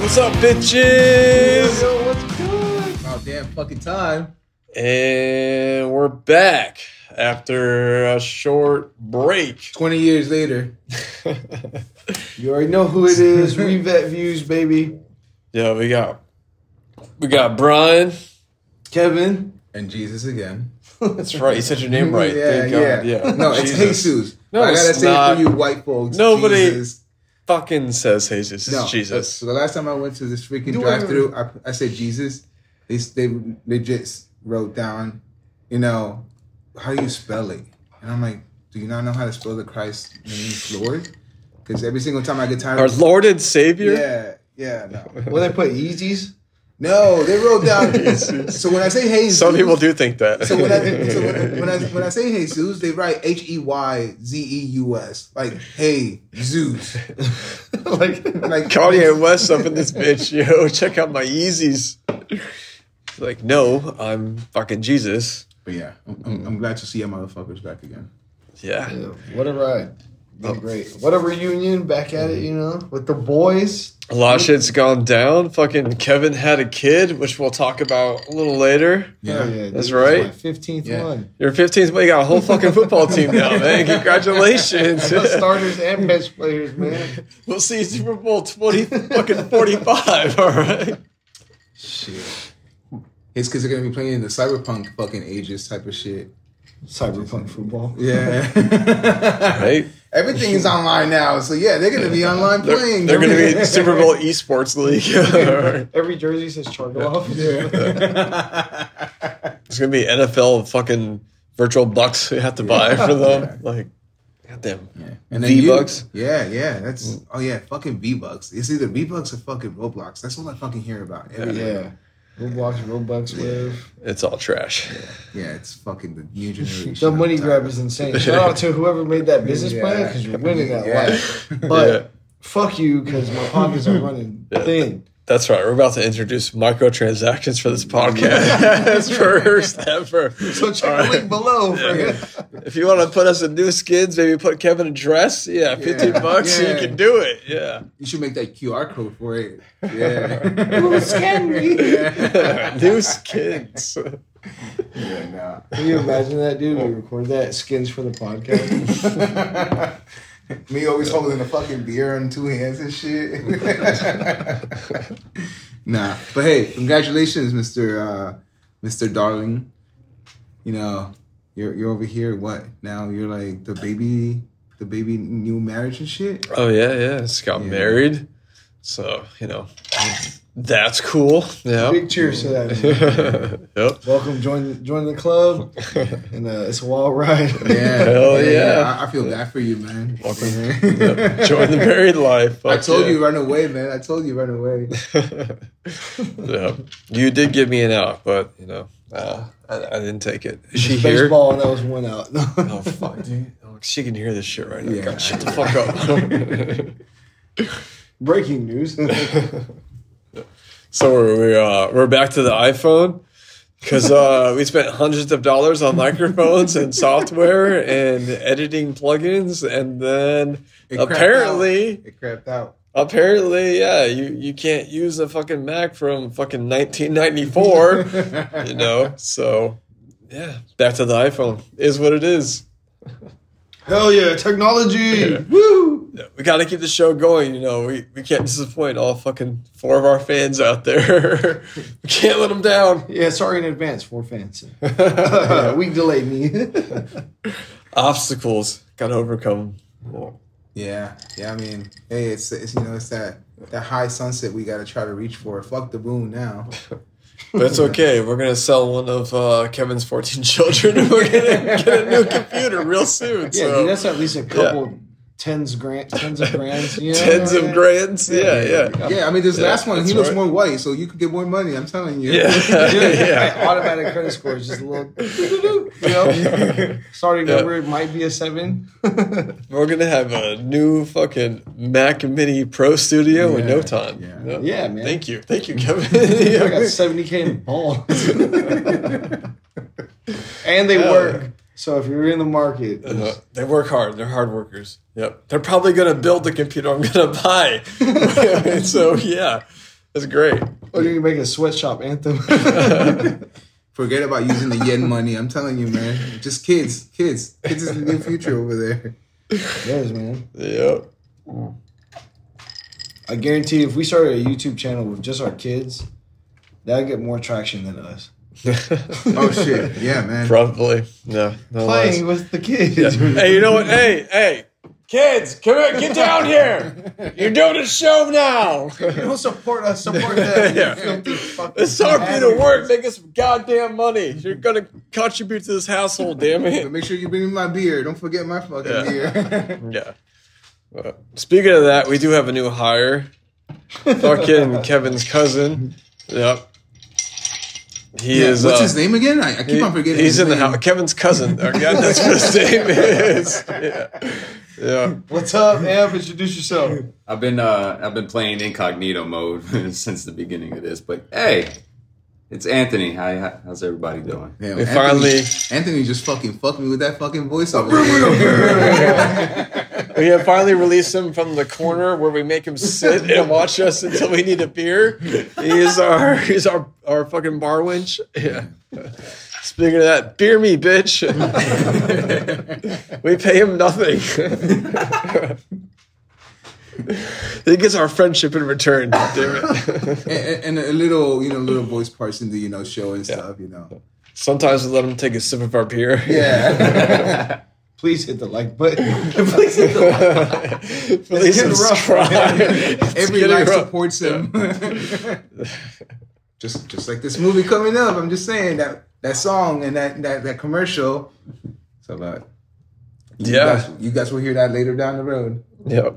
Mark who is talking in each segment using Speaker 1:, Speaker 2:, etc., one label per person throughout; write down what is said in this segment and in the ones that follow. Speaker 1: What's up, bitches?
Speaker 2: Yo, what's good? About Oh, damn fucking time.
Speaker 1: And we're back after a short break.
Speaker 2: 20 years later.
Speaker 3: You already know who it is. Revet views, baby.
Speaker 1: yeah, we got we got Brian.
Speaker 3: Kevin.
Speaker 2: And Jesus again.
Speaker 1: That's right. You said your name right.
Speaker 2: Yeah,
Speaker 1: Thank God.
Speaker 2: yeah.
Speaker 1: yeah.
Speaker 2: No, it's
Speaker 1: Jesus.
Speaker 2: Jesus.
Speaker 1: No,
Speaker 2: I gotta
Speaker 1: it's
Speaker 2: say
Speaker 1: not.
Speaker 2: for you white folks.
Speaker 1: Nobody-
Speaker 2: Jesus.
Speaker 1: Fucking says Jesus. It's
Speaker 2: No,
Speaker 1: Jesus.
Speaker 2: So the last time I went to this freaking
Speaker 3: Do
Speaker 2: drive through, I, I said Jesus. They, they legit wrote down, you know, how do you spell it? And I'm like, do you not know how to spell the Christ name Lord? Because every single time I get tired
Speaker 1: Our
Speaker 2: of
Speaker 1: Lord and Savior.
Speaker 2: Yeah, yeah, no.
Speaker 3: Well, they put Yeezys.
Speaker 2: No, they wrote down.
Speaker 1: Jesus.
Speaker 2: so when I say Jesus,
Speaker 1: Some people do think that.
Speaker 2: So when I, so when, I- when I when I say Jesus, they write H E Y Z E U S, like hey Zeus.
Speaker 3: like,
Speaker 2: Like
Speaker 1: Kanye West up in this bitch, yo, check out my Yeezys. It's Like, no, I'm fucking Jesus.
Speaker 2: But yeah, I'm, I'm, I'm glad to see you motherfuckers back again.
Speaker 1: Yeah.
Speaker 3: what a ride. Been great. What a reunion. Back at it, you know, with the boys.
Speaker 1: A lot of shit's gone down. Fucking Kevin had a kid, which we'll talk about a little later.
Speaker 2: Yeah.
Speaker 3: Hell Oh, yeah,
Speaker 1: That's
Speaker 3: this is
Speaker 1: right.
Speaker 3: my 15th
Speaker 2: Yeah.
Speaker 3: one.
Speaker 1: Your 15th, but you got a whole fucking football team now, man. Congratulations.
Speaker 3: I got starters and bench players, man.
Speaker 1: we'll see you Super Bowl 20 fucking 45, all right?
Speaker 2: Shit. His kids are gonna be playing in the cyberpunk fucking ages type of shit.
Speaker 3: Cyberpunk football.
Speaker 2: Yeah.
Speaker 1: Right?
Speaker 2: Everything is online now, so yeah, they're gonna be online
Speaker 1: They're,
Speaker 2: playing.
Speaker 1: they're going to be Super Bowl Esports League.
Speaker 3: Every jersey says Chargoff.
Speaker 1: It's going to be NFL fucking virtual bucks you have to buy for them. Like, goddamn.
Speaker 2: Yeah. And then you-
Speaker 1: V-Bucks?
Speaker 2: Yeah, yeah.
Speaker 3: Mm.
Speaker 2: That's oh yeah, fucking V Bucks. It's either V Bucks or fucking Roblox. That's all I fucking hear about. Every day.
Speaker 3: yeah. Roblox, Robux, wave.
Speaker 1: It's all trash.
Speaker 2: Yeah, it's fucking the new generation.
Speaker 3: The money
Speaker 2: I'm
Speaker 3: grab
Speaker 2: tired.
Speaker 3: is insane. Shout out to whoever made that business
Speaker 2: Yeah.
Speaker 3: plan because you're winning that
Speaker 2: Yeah.
Speaker 3: life. But
Speaker 1: Yeah.
Speaker 3: fuck you because my pockets are running thin.
Speaker 1: That's right. We're about to introduce microtransactions for this podcast. First ever.
Speaker 3: So check
Speaker 1: All
Speaker 3: the
Speaker 1: right.
Speaker 3: link below. For
Speaker 1: If you want to put us in new skins, maybe put Kevin a dress. Yeah, 15
Speaker 2: Yeah.
Speaker 1: bucks.
Speaker 2: Yeah.
Speaker 1: You can do it. Yeah.
Speaker 2: You should make that QR code for it. Yeah.
Speaker 3: Ooh, scan me.
Speaker 1: new skins.
Speaker 2: yeah, nah.
Speaker 3: Can you imagine that, dude? We record that skins for the podcast.
Speaker 2: Me always holding a fucking beer in two hands and shit. nah, but hey, congratulations, Mister uh, Mister Darling. You know, you're you're over here. What now? You're like the baby, the baby new marriage and shit.
Speaker 1: Oh, yeah, yeah. Just got married. So, you know, that's cool. Yeah.
Speaker 3: Big cheers to that. man.
Speaker 1: yep.
Speaker 3: Welcome, join join the club, and uh, it's a wild ride.
Speaker 2: Yeah,
Speaker 1: Hell yeah.
Speaker 2: I, I feel bad for you, man.
Speaker 1: Welcome.
Speaker 2: Yeah.
Speaker 1: Join the married life.
Speaker 2: I
Speaker 1: Fuck
Speaker 2: told
Speaker 1: yeah.
Speaker 2: you run away, man. I told you run away.
Speaker 1: yeah. You did give me an out, but you know, uh, I, I didn't take it. Is she here?
Speaker 3: Baseball, and that was one out.
Speaker 1: Oh fuck, dude! Oh, she can hear this shit right now.
Speaker 2: Yeah.
Speaker 1: God, shut the fuck up.
Speaker 3: Breaking news.
Speaker 1: so we're we're, uh, we're back to the iPhone because uh, we spent hundreds of dollars on microphones and software and editing plugins, and then
Speaker 2: It crapped
Speaker 1: apparently.
Speaker 2: out. it crapped out.
Speaker 1: Apparently, yeah, you, you can't use a fucking Mac from fucking 1994, you know? So, yeah, back to the iPhone is what it is.
Speaker 3: Hell yeah, technology! Woo!
Speaker 1: Yeah, We got to keep the show going, you know? We, we can't disappoint all fucking four of our fans out there. we can't let them down.
Speaker 3: Yeah, sorry in advance for fans. yeah, we delayed me.
Speaker 1: Obstacles, got to overcome. 'em.
Speaker 2: Yeah, yeah. I mean, hey, it's, it's you know, it's that that high sunset we gotta try to reach for. Fuck the moon now.
Speaker 1: But it's okay. We're going to sell one of uh, Kevin's 14 children and we're going to get a new computer real soon.
Speaker 3: Yeah,
Speaker 1: so.
Speaker 3: dude, that's at least a couple tens grand, tens of grands. You know?
Speaker 1: Tens of grands, yeah, yeah.
Speaker 2: Yeah, I mean, this last one, he
Speaker 1: that's
Speaker 2: looks
Speaker 1: right.
Speaker 2: more white, so you could get more money. I'm telling you.
Speaker 1: Yeah.
Speaker 3: Yeah, automatic credit score is just a little, you know, starting
Speaker 1: Yeah.
Speaker 3: number it might be a seven.
Speaker 1: We're gonna have a new fucking Mac Mini Pro Studio in
Speaker 2: Yeah,
Speaker 1: no time.
Speaker 2: yeah.
Speaker 3: Yeah, man.
Speaker 1: Thank you, thank you, Kevin.
Speaker 3: I got
Speaker 1: Yeah.
Speaker 3: seventy k in balls, and they
Speaker 1: Yeah.
Speaker 3: work. So if you're in the market,
Speaker 1: Uh, they work hard. They're hard workers. Yep. They're probably gonna build the computer I'm gonna buy. so yeah, It's great.
Speaker 3: Or you can make a sweatshop anthem.
Speaker 2: Forget about using the yen money. I'm telling you, man. Just kids, kids, kids is the new future over there.
Speaker 3: yes, man.
Speaker 1: Yep.
Speaker 3: I guarantee if we started a YouTube channel with just our kids, that'd get more traction than us.
Speaker 2: Oh shit, yeah, man.
Speaker 1: Probably. No. no lies.
Speaker 3: Playing with the kids.
Speaker 1: Hey, you know what? Hey, hey. Kids, come here, get down here. You're doing a show now.
Speaker 3: Don't support us. Support them.
Speaker 1: Yeah. It's hard for you to work, make us some goddamn money. You're gonna contribute to this household, damn
Speaker 2: But
Speaker 1: it.
Speaker 2: make sure you bring me my beer. Don't forget my fucking
Speaker 1: Yeah.
Speaker 2: beer.
Speaker 1: Yeah. Uh, speaking of that, we do have a new hire. Fucking Kevin's cousin. Yep. He
Speaker 2: Yeah,
Speaker 1: is.
Speaker 2: What's
Speaker 1: uh,
Speaker 2: his name again? I, I keep
Speaker 1: He-
Speaker 2: on forgetting.
Speaker 1: He's
Speaker 2: his
Speaker 1: in the
Speaker 2: name.
Speaker 1: house. Kevin's cousin. I forgot that's what his name is. Yeah. yeah.
Speaker 3: What's up, Amp? Introduce yourself.
Speaker 4: I've been uh, I've been playing incognito mode since the beginning of this, but hey, it's Anthony. Hi, hi- how's everybody doing?
Speaker 2: Damn,
Speaker 1: We finally-
Speaker 2: Anthony just fucking fucked me with that fucking voice over there.
Speaker 1: We have finally released him from the corner where we make him sit and watch us until we need a beer. He is our he's our our fucking bar winch. Yeah. Speaking of that, beer me, bitch. we pay him nothing. he gets our friendship in return. Damn it.
Speaker 2: and, and a little, you know, little voice parts in the you know show and stuff, you know.
Speaker 1: Sometimes we let him take a sip of our beer.
Speaker 2: Yeah.
Speaker 3: Please hit the like button. Please hit the like button.
Speaker 1: Please
Speaker 3: getting rough.
Speaker 1: subscribe.
Speaker 2: Every
Speaker 1: getting
Speaker 2: life
Speaker 1: rough.
Speaker 2: supports him. just just like this movie coming up. I'm just saying that that song and that that, that commercial. It's about
Speaker 1: Yeah.
Speaker 2: You guys, you guys will hear that later down the road.
Speaker 1: Yep.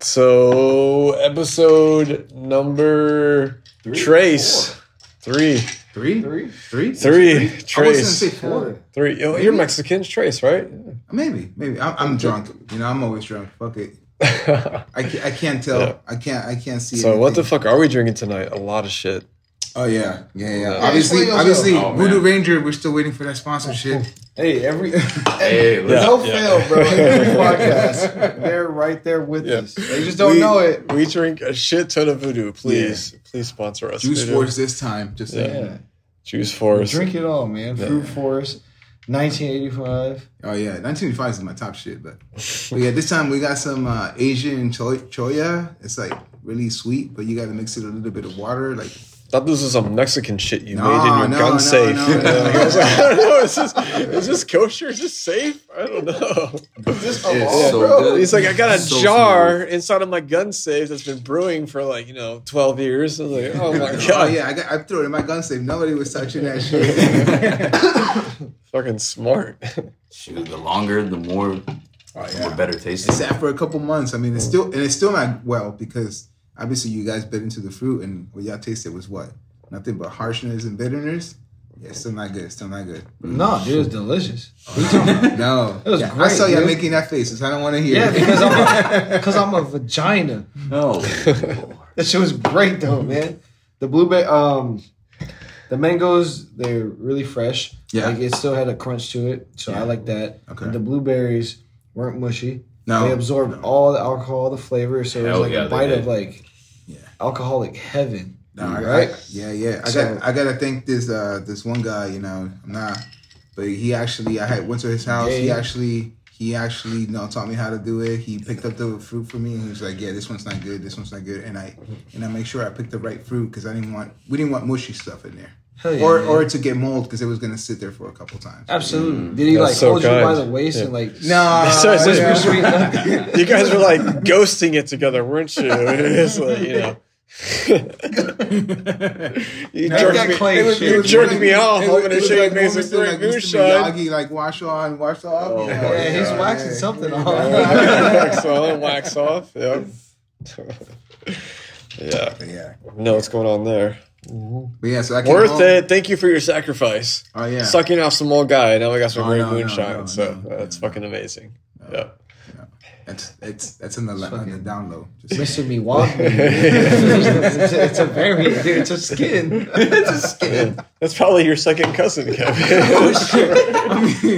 Speaker 1: So episode number trace three
Speaker 2: Three?
Speaker 3: Three?
Speaker 2: Three?
Speaker 1: three
Speaker 2: I was gonna say
Speaker 1: trace
Speaker 2: four.
Speaker 1: three. Oh, you're Mexican trace, right?
Speaker 2: Maybe, maybe. I'm, I'm drunk. You know, I'm always drunk. Fuck it. I can't, I can't tell.
Speaker 1: Yeah.
Speaker 2: I can't. I can't see.
Speaker 1: so what the
Speaker 2: anything.
Speaker 1: fuck are we drinking tonight? A lot of shit.
Speaker 2: oh yeah, yeah, yeah.
Speaker 1: Yeah.
Speaker 2: Obviously,
Speaker 3: Yeah.
Speaker 2: obviously,
Speaker 4: Oh, man.
Speaker 2: Voodoo Ranger. We're still waiting for that sponsorship.
Speaker 3: Hey, every
Speaker 4: Hey, let's-
Speaker 3: no
Speaker 1: Yeah.
Speaker 3: fail, bro. Every podcast, they're right there with
Speaker 1: Yeah.
Speaker 3: us. They just don't
Speaker 1: We-
Speaker 3: know it.
Speaker 1: We drink a shit ton of voodoo. Please, please sponsor us.
Speaker 2: Juice
Speaker 1: Voodoo.
Speaker 2: Force this time. Just saying.
Speaker 3: Yeah,
Speaker 1: Juice Force.
Speaker 3: drink it all, man. Fruit Force, 1985.
Speaker 2: Oh yeah, 1985 is my top shit, but, but yeah, this time we got some uh, Asian cho- choya. It's like really sweet, but you got to mix it a little bit of water. Like
Speaker 1: Thought this was some Mexican shit you
Speaker 2: No,
Speaker 1: made in your
Speaker 2: no,
Speaker 1: gun
Speaker 2: no,
Speaker 1: safe.
Speaker 2: no, no.
Speaker 1: I was like, I don't know. Is this is this kosher? Is this safe? I don't know.
Speaker 3: This
Speaker 4: It's so
Speaker 3: bro.
Speaker 4: good.
Speaker 1: He's like, I got a
Speaker 2: So
Speaker 1: jar inside of my gun safe that's been brewing for like, you know, 12 years. I was like, oh my God.
Speaker 2: oh yeah, I got I threw it in my gun safe. Nobody was touching that shit.
Speaker 1: Fucking smart.
Speaker 4: shoot, the longer, the more,
Speaker 1: Oh,
Speaker 4: the more better tasting.
Speaker 2: It sat for a couple months. I mean, it's still and it's still not well because obviously you guys bit into the fruit and what y'all tasted was what nothing but harshness and bitterness. Yeah, it's still not good. It's still not good.
Speaker 3: No, dude, it's delicious.
Speaker 2: No,
Speaker 3: It was
Speaker 2: Yeah, I
Speaker 3: great,
Speaker 2: saw y'all
Speaker 3: dude.
Speaker 2: making that faces. I don't want to hear.
Speaker 3: Yeah,
Speaker 2: it.
Speaker 3: because I'm because I'm a vagina.
Speaker 4: No,
Speaker 3: That shit was great though, man. The blueberry, um, the mangoes, they're really fresh.
Speaker 2: Yeah.
Speaker 3: like it still had a crunch to it, so I like that.
Speaker 2: Okay.
Speaker 3: And the blueberries weren't mushy.
Speaker 2: No.
Speaker 3: they absorbed all the alcohol, the flavor, so it was
Speaker 4: Hell
Speaker 3: like
Speaker 4: yeah,
Speaker 3: a
Speaker 4: they
Speaker 3: bite
Speaker 4: did.
Speaker 3: of like
Speaker 2: Yeah.
Speaker 3: alcoholic heaven.
Speaker 2: No, I,
Speaker 3: right?
Speaker 2: I- yeah, yeah. I
Speaker 3: So-
Speaker 2: got I gotta thank this uh this one guy, you know, I'm not but he actually I had went to his house, he
Speaker 3: Yeah.
Speaker 2: actually he actually you know taught me how to do it. He picked up the fruit for me and he was like, Yeah, this one's not good, this one's not good and I and I make sure I picked the right fruit because I didn't want we didn't want mushy stuff in there.
Speaker 3: Hell yeah,
Speaker 2: or
Speaker 3: man.
Speaker 2: or to get mold because it was gonna sit there for a couple times.
Speaker 3: absolutely. Did he
Speaker 1: That's
Speaker 3: like
Speaker 1: so
Speaker 3: hold you by
Speaker 1: kind.
Speaker 3: the waist
Speaker 1: Yeah.
Speaker 3: and like
Speaker 2: No,
Speaker 1: So it's
Speaker 2: yeah.
Speaker 1: just- You guys were like ghosting it together, weren't you? It's like, you know. you
Speaker 3: Make
Speaker 1: jerked
Speaker 3: that
Speaker 1: me,
Speaker 3: claim
Speaker 1: it was-
Speaker 3: shit.
Speaker 1: you
Speaker 2: It was
Speaker 1: jerked
Speaker 2: like-
Speaker 1: me off.
Speaker 2: it
Speaker 1: hoping to
Speaker 2: was- it was
Speaker 1: show you
Speaker 2: like
Speaker 1: amazing
Speaker 2: moments
Speaker 1: through
Speaker 2: like Mr.
Speaker 1: moonshine.
Speaker 2: Miyagi, like wash on, wash off.
Speaker 4: Oh,
Speaker 2: you know?
Speaker 4: my
Speaker 3: Yeah, he's
Speaker 4: God.
Speaker 3: waxing something on.
Speaker 1: Oh wax on, wax off. Yep. yeah.
Speaker 2: Yeah,
Speaker 1: Know what's going on there.
Speaker 2: but yeah, so I came
Speaker 1: Worth
Speaker 2: home.
Speaker 1: it. Thank you for your sacrifice.
Speaker 2: Oh yeah,
Speaker 1: Sucking off some old guy. Now we got some
Speaker 2: Oh,
Speaker 1: great
Speaker 2: no, no,
Speaker 1: moonshine.
Speaker 2: no,
Speaker 1: so
Speaker 2: no,
Speaker 1: that's
Speaker 2: no.
Speaker 1: fucking amazing. Yeah.
Speaker 2: That's it's that's in the, la- on the
Speaker 3: Fucking-
Speaker 2: down low. Just
Speaker 3: Mr. Miwami. it's, a, it's a very, dude, it's a skin. It's a skin.
Speaker 1: That's probably your second cousin, Kevin.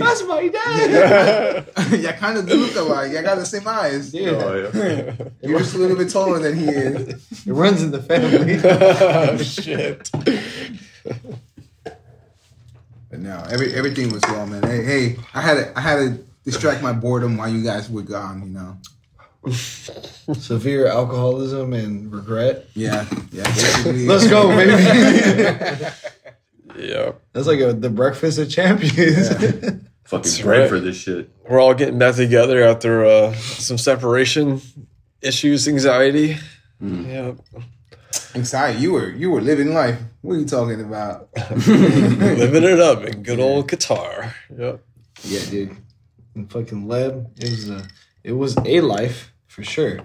Speaker 3: That's my dad.
Speaker 2: yeah, kind of do look alike. Yeah, I got the same eyes.
Speaker 3: Yeah.
Speaker 4: Oh, yeah.
Speaker 2: You're just a little bit taller than he is.
Speaker 3: It runs in the family.
Speaker 1: oh, shit.
Speaker 2: But no, every everything was well, man. Hey, hey, I had to, I had to distract my boredom while you guys were gone. You know.
Speaker 3: Severe alcoholism and regret.
Speaker 2: Yeah, yeah. basically.
Speaker 3: Let's go, baby.
Speaker 1: Yeah.
Speaker 3: That's like a, the breakfast of champions.
Speaker 4: Fucking
Speaker 1: That's
Speaker 4: pray
Speaker 1: right.
Speaker 4: for this shit.
Speaker 1: We're all getting back together after uh, some separation issues, anxiety. Yeah.
Speaker 2: Anxiety. You were you were living life. What are you talking about?
Speaker 1: Living it up in good old Qatar. Yep.
Speaker 2: Yeah, dude.
Speaker 3: and fucking Leb. It was a, it was a life for sure.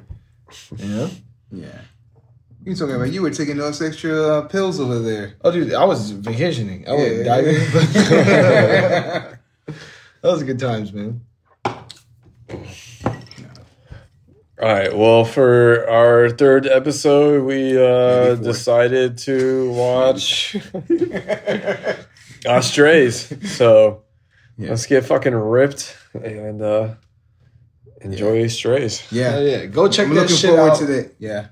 Speaker 3: Yeah.
Speaker 2: Yeah. You talking about you were taking those extra uh, pills over there?
Speaker 3: Oh, dude, I was vacationing. I
Speaker 2: Oh, Yeah.
Speaker 3: was diving. that was good times, man.
Speaker 1: All right. Well, for our third episode, we uh, decided to watch Strays. So
Speaker 2: Yeah.
Speaker 1: let's get fucking ripped and uh, enjoy Strays.
Speaker 3: Yeah,
Speaker 2: Yeah.
Speaker 3: Oh, yeah. Go check
Speaker 2: I'm
Speaker 3: that
Speaker 2: looking
Speaker 3: shit
Speaker 2: forward
Speaker 3: out.
Speaker 2: to that. Yeah.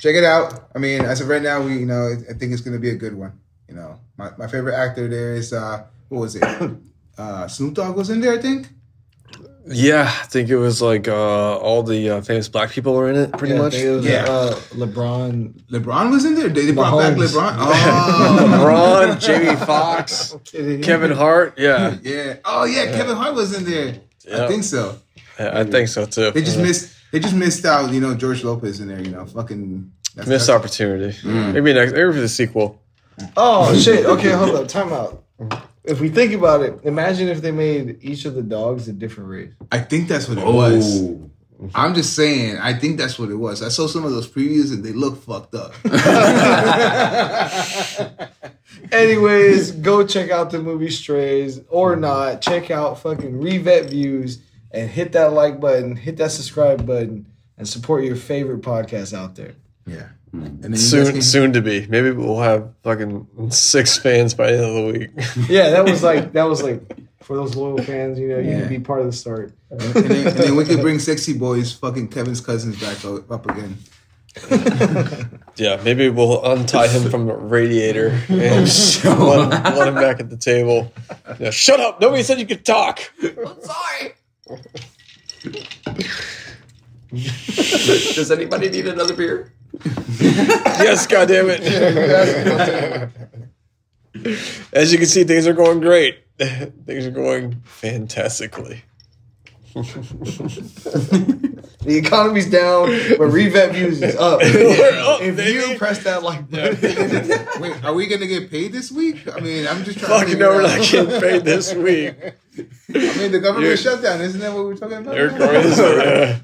Speaker 2: Check it out. I mean, as of right now, we you know I think it's gonna be a good one. You know, my, my favorite actor there is uh what was it? Uh, Snoop Dogg was in there, I think.
Speaker 1: Yeah, I think it was like uh, all the uh, famous black people were in it, pretty
Speaker 3: Yeah, I
Speaker 1: much.
Speaker 3: think it was,
Speaker 2: Yeah.
Speaker 3: uh, LeBron.
Speaker 2: LeBron was in there. They, they brought back
Speaker 3: Mahomes.
Speaker 2: LeBron. Oh,
Speaker 1: LeBron, Jamie Foxx, Kevin Hart. Yeah,
Speaker 2: yeah. Oh yeah, Kevin Hart was in there.
Speaker 1: Yeah.
Speaker 2: I think so.
Speaker 1: I I think so too.
Speaker 2: They just
Speaker 1: Yeah.
Speaker 2: missed. They just missed out. You know, George Lopez in there. You know, fucking that's,
Speaker 1: missed
Speaker 2: that's-
Speaker 1: opportunity. Maybe next, maybe for the sequel.
Speaker 3: Oh shit. Okay, hold up. Time out. If we think about it, imagine if they made each of the dogs a different race.
Speaker 2: I think that's what it was.
Speaker 4: Oh,
Speaker 2: I'm just saying. I think that's what it was. I saw some of those previews and they look fucked up.
Speaker 3: Anyways, go check out the movie Strays or not. Check out fucking Revet Views and hit that like button, hit that subscribe button, and support your favorite podcast out there.
Speaker 2: yeah. And then you guys
Speaker 1: Soon,
Speaker 2: can-
Speaker 1: soon to be. Maybe we'll have fucking six fans by the end of the week.
Speaker 3: Yeah, that was like that was like for those loyal fans, you know, you can be part of the start.
Speaker 2: and, then, and then we could bring sexy boys, fucking Kevin's cousins, back o- up again.
Speaker 1: Yeah, maybe we'll untie him from the radiator and let, him, let him back at the table. Yeah, shut up! Nobody said you could talk.
Speaker 4: Does anybody need another beer?
Speaker 1: Yes, goddamn it! As you can see, things are going great. Things are going fantastically.
Speaker 3: The economy's down, but Revet Views is up.
Speaker 1: We're up,
Speaker 3: if
Speaker 1: baby.
Speaker 3: you press that like button,
Speaker 2: Wait, are we gonna get paid this week? I mean, I'm just trying.
Speaker 1: Fucking
Speaker 2: figure
Speaker 1: over
Speaker 2: out.
Speaker 1: like getting paid this week.
Speaker 2: I mean, the government
Speaker 1: You're-
Speaker 2: shutdown. Isn't that what we're talking about?
Speaker 1: They're crazy, yeah.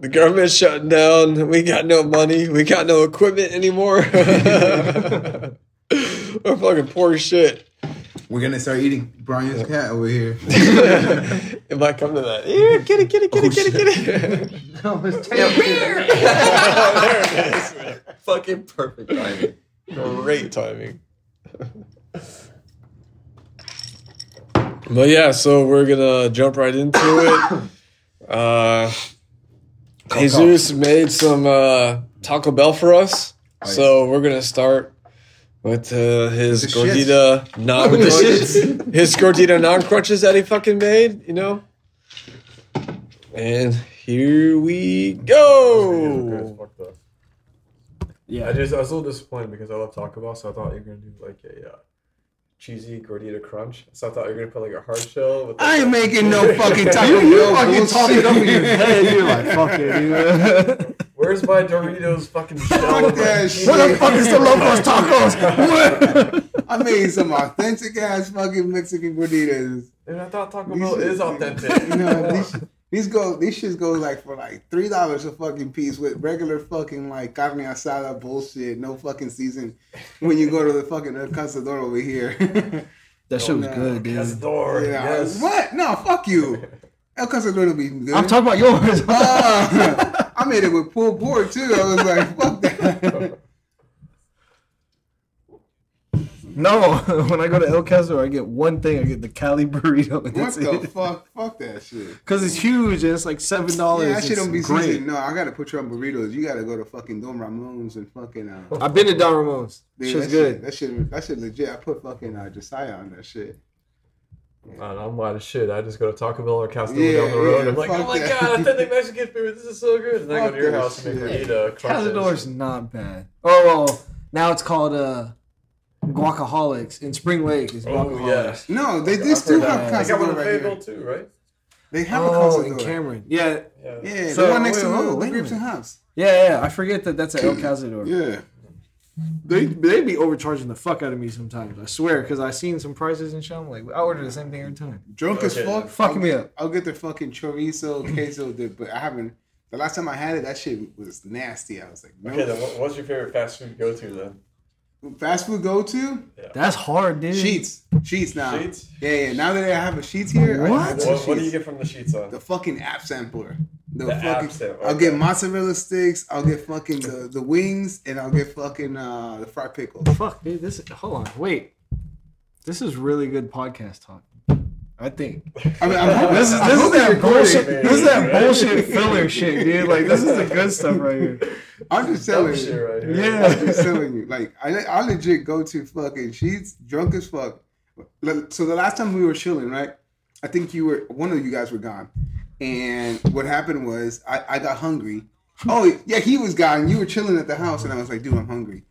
Speaker 1: The government's shutting down. We got no money. We got no equipment anymore. We're fucking poor as shit.
Speaker 2: We're gonna start eating Brian's cat over here.
Speaker 1: It might come to that. Here, kitty, kitty, kitty, kitty, kitty. there it is. man.
Speaker 4: Fucking perfect timing.
Speaker 1: Great timing. But yeah, so we're gonna jump right into it. Uh, Jesus made some uh, Taco Bell for us, so we're gonna start with uh, his
Speaker 2: With the
Speaker 1: gordita non
Speaker 4: With the shits.
Speaker 1: his gordita non crunches that he fucking made, you know. And here we go.
Speaker 5: Yeah, I just I was a little disappointed because I love Taco Bell, so I thought you were gonna do like a uh, cheesy gordita crunch. So I thought you were gonna put like a hard shell. With
Speaker 2: I ain't making no fucking Taco
Speaker 3: you,
Speaker 2: Bell.
Speaker 3: you fucking
Speaker 2: bullshit.
Speaker 3: talk it up in your head. You're like, fuck it, dude.
Speaker 5: Where's my Doritos fucking shell?
Speaker 2: Fuck
Speaker 5: and my
Speaker 2: that
Speaker 5: cheese?
Speaker 2: shit.
Speaker 3: Where the fuck is the Locos Tacos?
Speaker 2: I made some authentic ass fucking Mexican gorditas.
Speaker 5: Dude, I thought Taco
Speaker 2: These
Speaker 5: Bell
Speaker 2: shit-
Speaker 5: is authentic.
Speaker 2: You know, these, these go these shits go like for like three dollars a fucking piece with regular fucking like carne asada bullshit, no fucking season. When you go to the fucking El Cazador over here,
Speaker 3: that shit was good,
Speaker 5: That's
Speaker 3: dude.
Speaker 5: door.
Speaker 2: Yeah.
Speaker 5: Yes.
Speaker 2: what? No, fuck you. El Casadura be good.
Speaker 3: I'm talking about yours.
Speaker 2: Ah, I made it with pulled pork too. I was like, fuck that.
Speaker 3: no, when I go to El Castor, I get one thing. I get the Cali burrito. And
Speaker 2: what
Speaker 3: that's
Speaker 2: the
Speaker 3: it.
Speaker 2: fuck? Fuck that shit.
Speaker 3: Because it's huge and it's like seven dollars.
Speaker 2: Yeah, that shit don't be
Speaker 3: great.
Speaker 2: seasoned. No, I gotta put you on burritos. You gotta go to fucking Don Ramon's and fucking. Uh,
Speaker 3: I've been to Don Ramon's.
Speaker 2: dude,
Speaker 3: Shit's
Speaker 2: that
Speaker 3: good.
Speaker 2: Shit, that shit. That shit legit. I put fucking uh, Josiah on that shit.
Speaker 1: Man, I'm out of shit. I just go to Taco Bell or Castro
Speaker 2: Yeah,
Speaker 1: down the road.
Speaker 2: yeah,
Speaker 1: I'm like, oh
Speaker 2: fuck
Speaker 1: my
Speaker 2: that.
Speaker 1: god, authentic Mexican food. This is so good. And then I go
Speaker 2: Fuck
Speaker 1: to your
Speaker 2: that
Speaker 1: house and make
Speaker 2: shit.
Speaker 1: gordita crunches.
Speaker 3: Cazador's not bad. Oh well, now it's called uh, Guacaholics in Spring Lake. It's
Speaker 1: Oh yeah.
Speaker 3: Guacaholics.
Speaker 2: No, they
Speaker 1: Yeah,
Speaker 2: they
Speaker 1: I've
Speaker 2: still
Speaker 1: heard
Speaker 2: have
Speaker 3: that.
Speaker 1: They got one
Speaker 2: Casadura
Speaker 1: in
Speaker 2: right
Speaker 1: Fayetteville
Speaker 2: here.
Speaker 1: too, right?
Speaker 2: They have a
Speaker 3: Oh, in
Speaker 2: Casadura.
Speaker 3: Cameron. Yeah,
Speaker 2: Yeah,
Speaker 3: So-
Speaker 2: the one next
Speaker 3: wait,
Speaker 2: to
Speaker 3: wait,
Speaker 2: Lil,
Speaker 3: wait a
Speaker 2: Grapes and
Speaker 3: minute.
Speaker 2: Hops.
Speaker 3: yeah, yeah. I forget that that's at El Cazador.
Speaker 2: Yeah.
Speaker 3: They they be overcharging the fuck out of me sometimes. I swear, because I seen some prices and shit. I'm like, I order the same thing every time.
Speaker 2: Drunk as
Speaker 1: Okay.
Speaker 2: fuck.
Speaker 3: Fucking
Speaker 2: I'll
Speaker 3: me
Speaker 2: get-
Speaker 3: up.
Speaker 2: I'll get the fucking chorizo, queso dip, but I haven't. The last time I had it, that shit was nasty. I was like, no.
Speaker 1: Okay, then what, what's your favorite fast food go to then?
Speaker 2: Fast food go to
Speaker 3: That's hard, dude.
Speaker 2: sheets. Sheets now.
Speaker 1: Sheetz?
Speaker 2: Yeah, yeah. Now that I have a sheets here, I have
Speaker 3: What?
Speaker 2: two
Speaker 1: What, what do you
Speaker 2: Sheetz.
Speaker 1: get from the sheets on?
Speaker 2: The fucking app sampler. The,
Speaker 1: The app
Speaker 2: fucking.
Speaker 1: sampler,
Speaker 2: I'll get
Speaker 1: okay.
Speaker 2: mozzarella sticks. I'll get fucking the, the wings, and I'll get fucking uh, the fried pickles.
Speaker 3: Fuck, dude. This hold on, wait. This is really good podcast talk. I think.
Speaker 2: I mean, I'm hoping,
Speaker 3: This is
Speaker 2: I'm
Speaker 3: this is
Speaker 2: hoping
Speaker 3: that
Speaker 2: you're
Speaker 3: bullshit.
Speaker 1: man.
Speaker 3: This is that bullshit filler shit, dude. Like this is the good stuff right here.
Speaker 2: I'm just
Speaker 1: Dumb
Speaker 2: telling you.
Speaker 1: shit right here.
Speaker 3: Yeah.
Speaker 2: I'm just telling you, like I, I legit go to fucking sheets drunk as fuck. Like, So the last time we were chilling, right? I think you were one of you guys were gone, and what happened was I, I got hungry. Oh yeah, he was gone. You were chilling at the house, and I was like, dude, I'm hungry.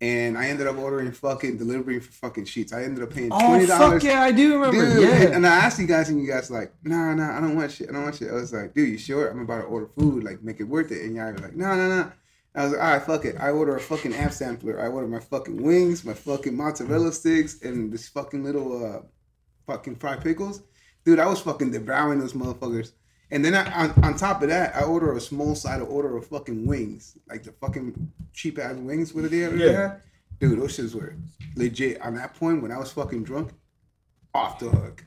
Speaker 2: And I ended up ordering fucking delivering for fucking sheets. I ended up paying
Speaker 3: Oh
Speaker 2: twenty
Speaker 3: fuck
Speaker 2: dollars.
Speaker 3: yeah, I do remember.
Speaker 2: Dude, and,
Speaker 3: yeah.
Speaker 2: and I asked you guys, and you guys like, nah, nah, I don't want shit. I don't want shit. I was like, dude, you sure? I'm about to order food, like, make it worth it. And y'all were like, nah, nah, nah. I was like, all right, fuck it. I order a fucking app sampler. I order my fucking wings, my fucking mozzarella sticks, and this fucking little uh, fucking fried pickles. Dude, I was fucking devouring those motherfuckers. And then I, on, on top of that, I order a small side of order of fucking wings, like the fucking cheap ass wings. What are they?
Speaker 3: Yeah.
Speaker 2: Yeah. Dude, those shits were legit. On that point, when I was fucking drunk, off the hook.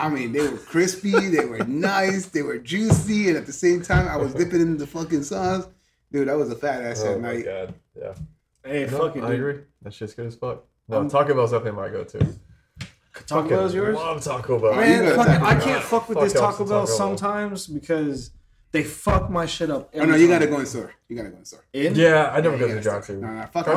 Speaker 2: I mean, they were crispy, they were nice, they were juicy, and at the same time, I was dipping in the fucking sauce. Dude, that was a fat ass
Speaker 1: Oh
Speaker 2: at
Speaker 1: my
Speaker 2: night.
Speaker 1: god. Yeah.
Speaker 3: Hey,
Speaker 1: No,
Speaker 3: fuck it,
Speaker 1: I
Speaker 3: dude.
Speaker 1: agree. That shit's good as fuck. No, Taco Bell's definitely my go-to.
Speaker 3: Taco Bell's Um, yours?
Speaker 1: Love Taco Bell.
Speaker 2: Man,
Speaker 1: You
Speaker 3: Man,
Speaker 1: go to
Speaker 3: fuck,
Speaker 2: fucking-
Speaker 1: Taco
Speaker 3: I
Speaker 1: Bell.
Speaker 3: can't fuck with
Speaker 1: Fuck
Speaker 3: this
Speaker 1: else
Speaker 3: Taco
Speaker 1: is
Speaker 3: Bell sometimes because they fuck my shit up.
Speaker 2: Oh no, you gotta go in store. You gotta go in store.
Speaker 3: in.
Speaker 1: Yeah, I never go to the
Speaker 2: Yeah, store.
Speaker 1: drive-thru.
Speaker 2: No, no, fuck
Speaker 1: Oh,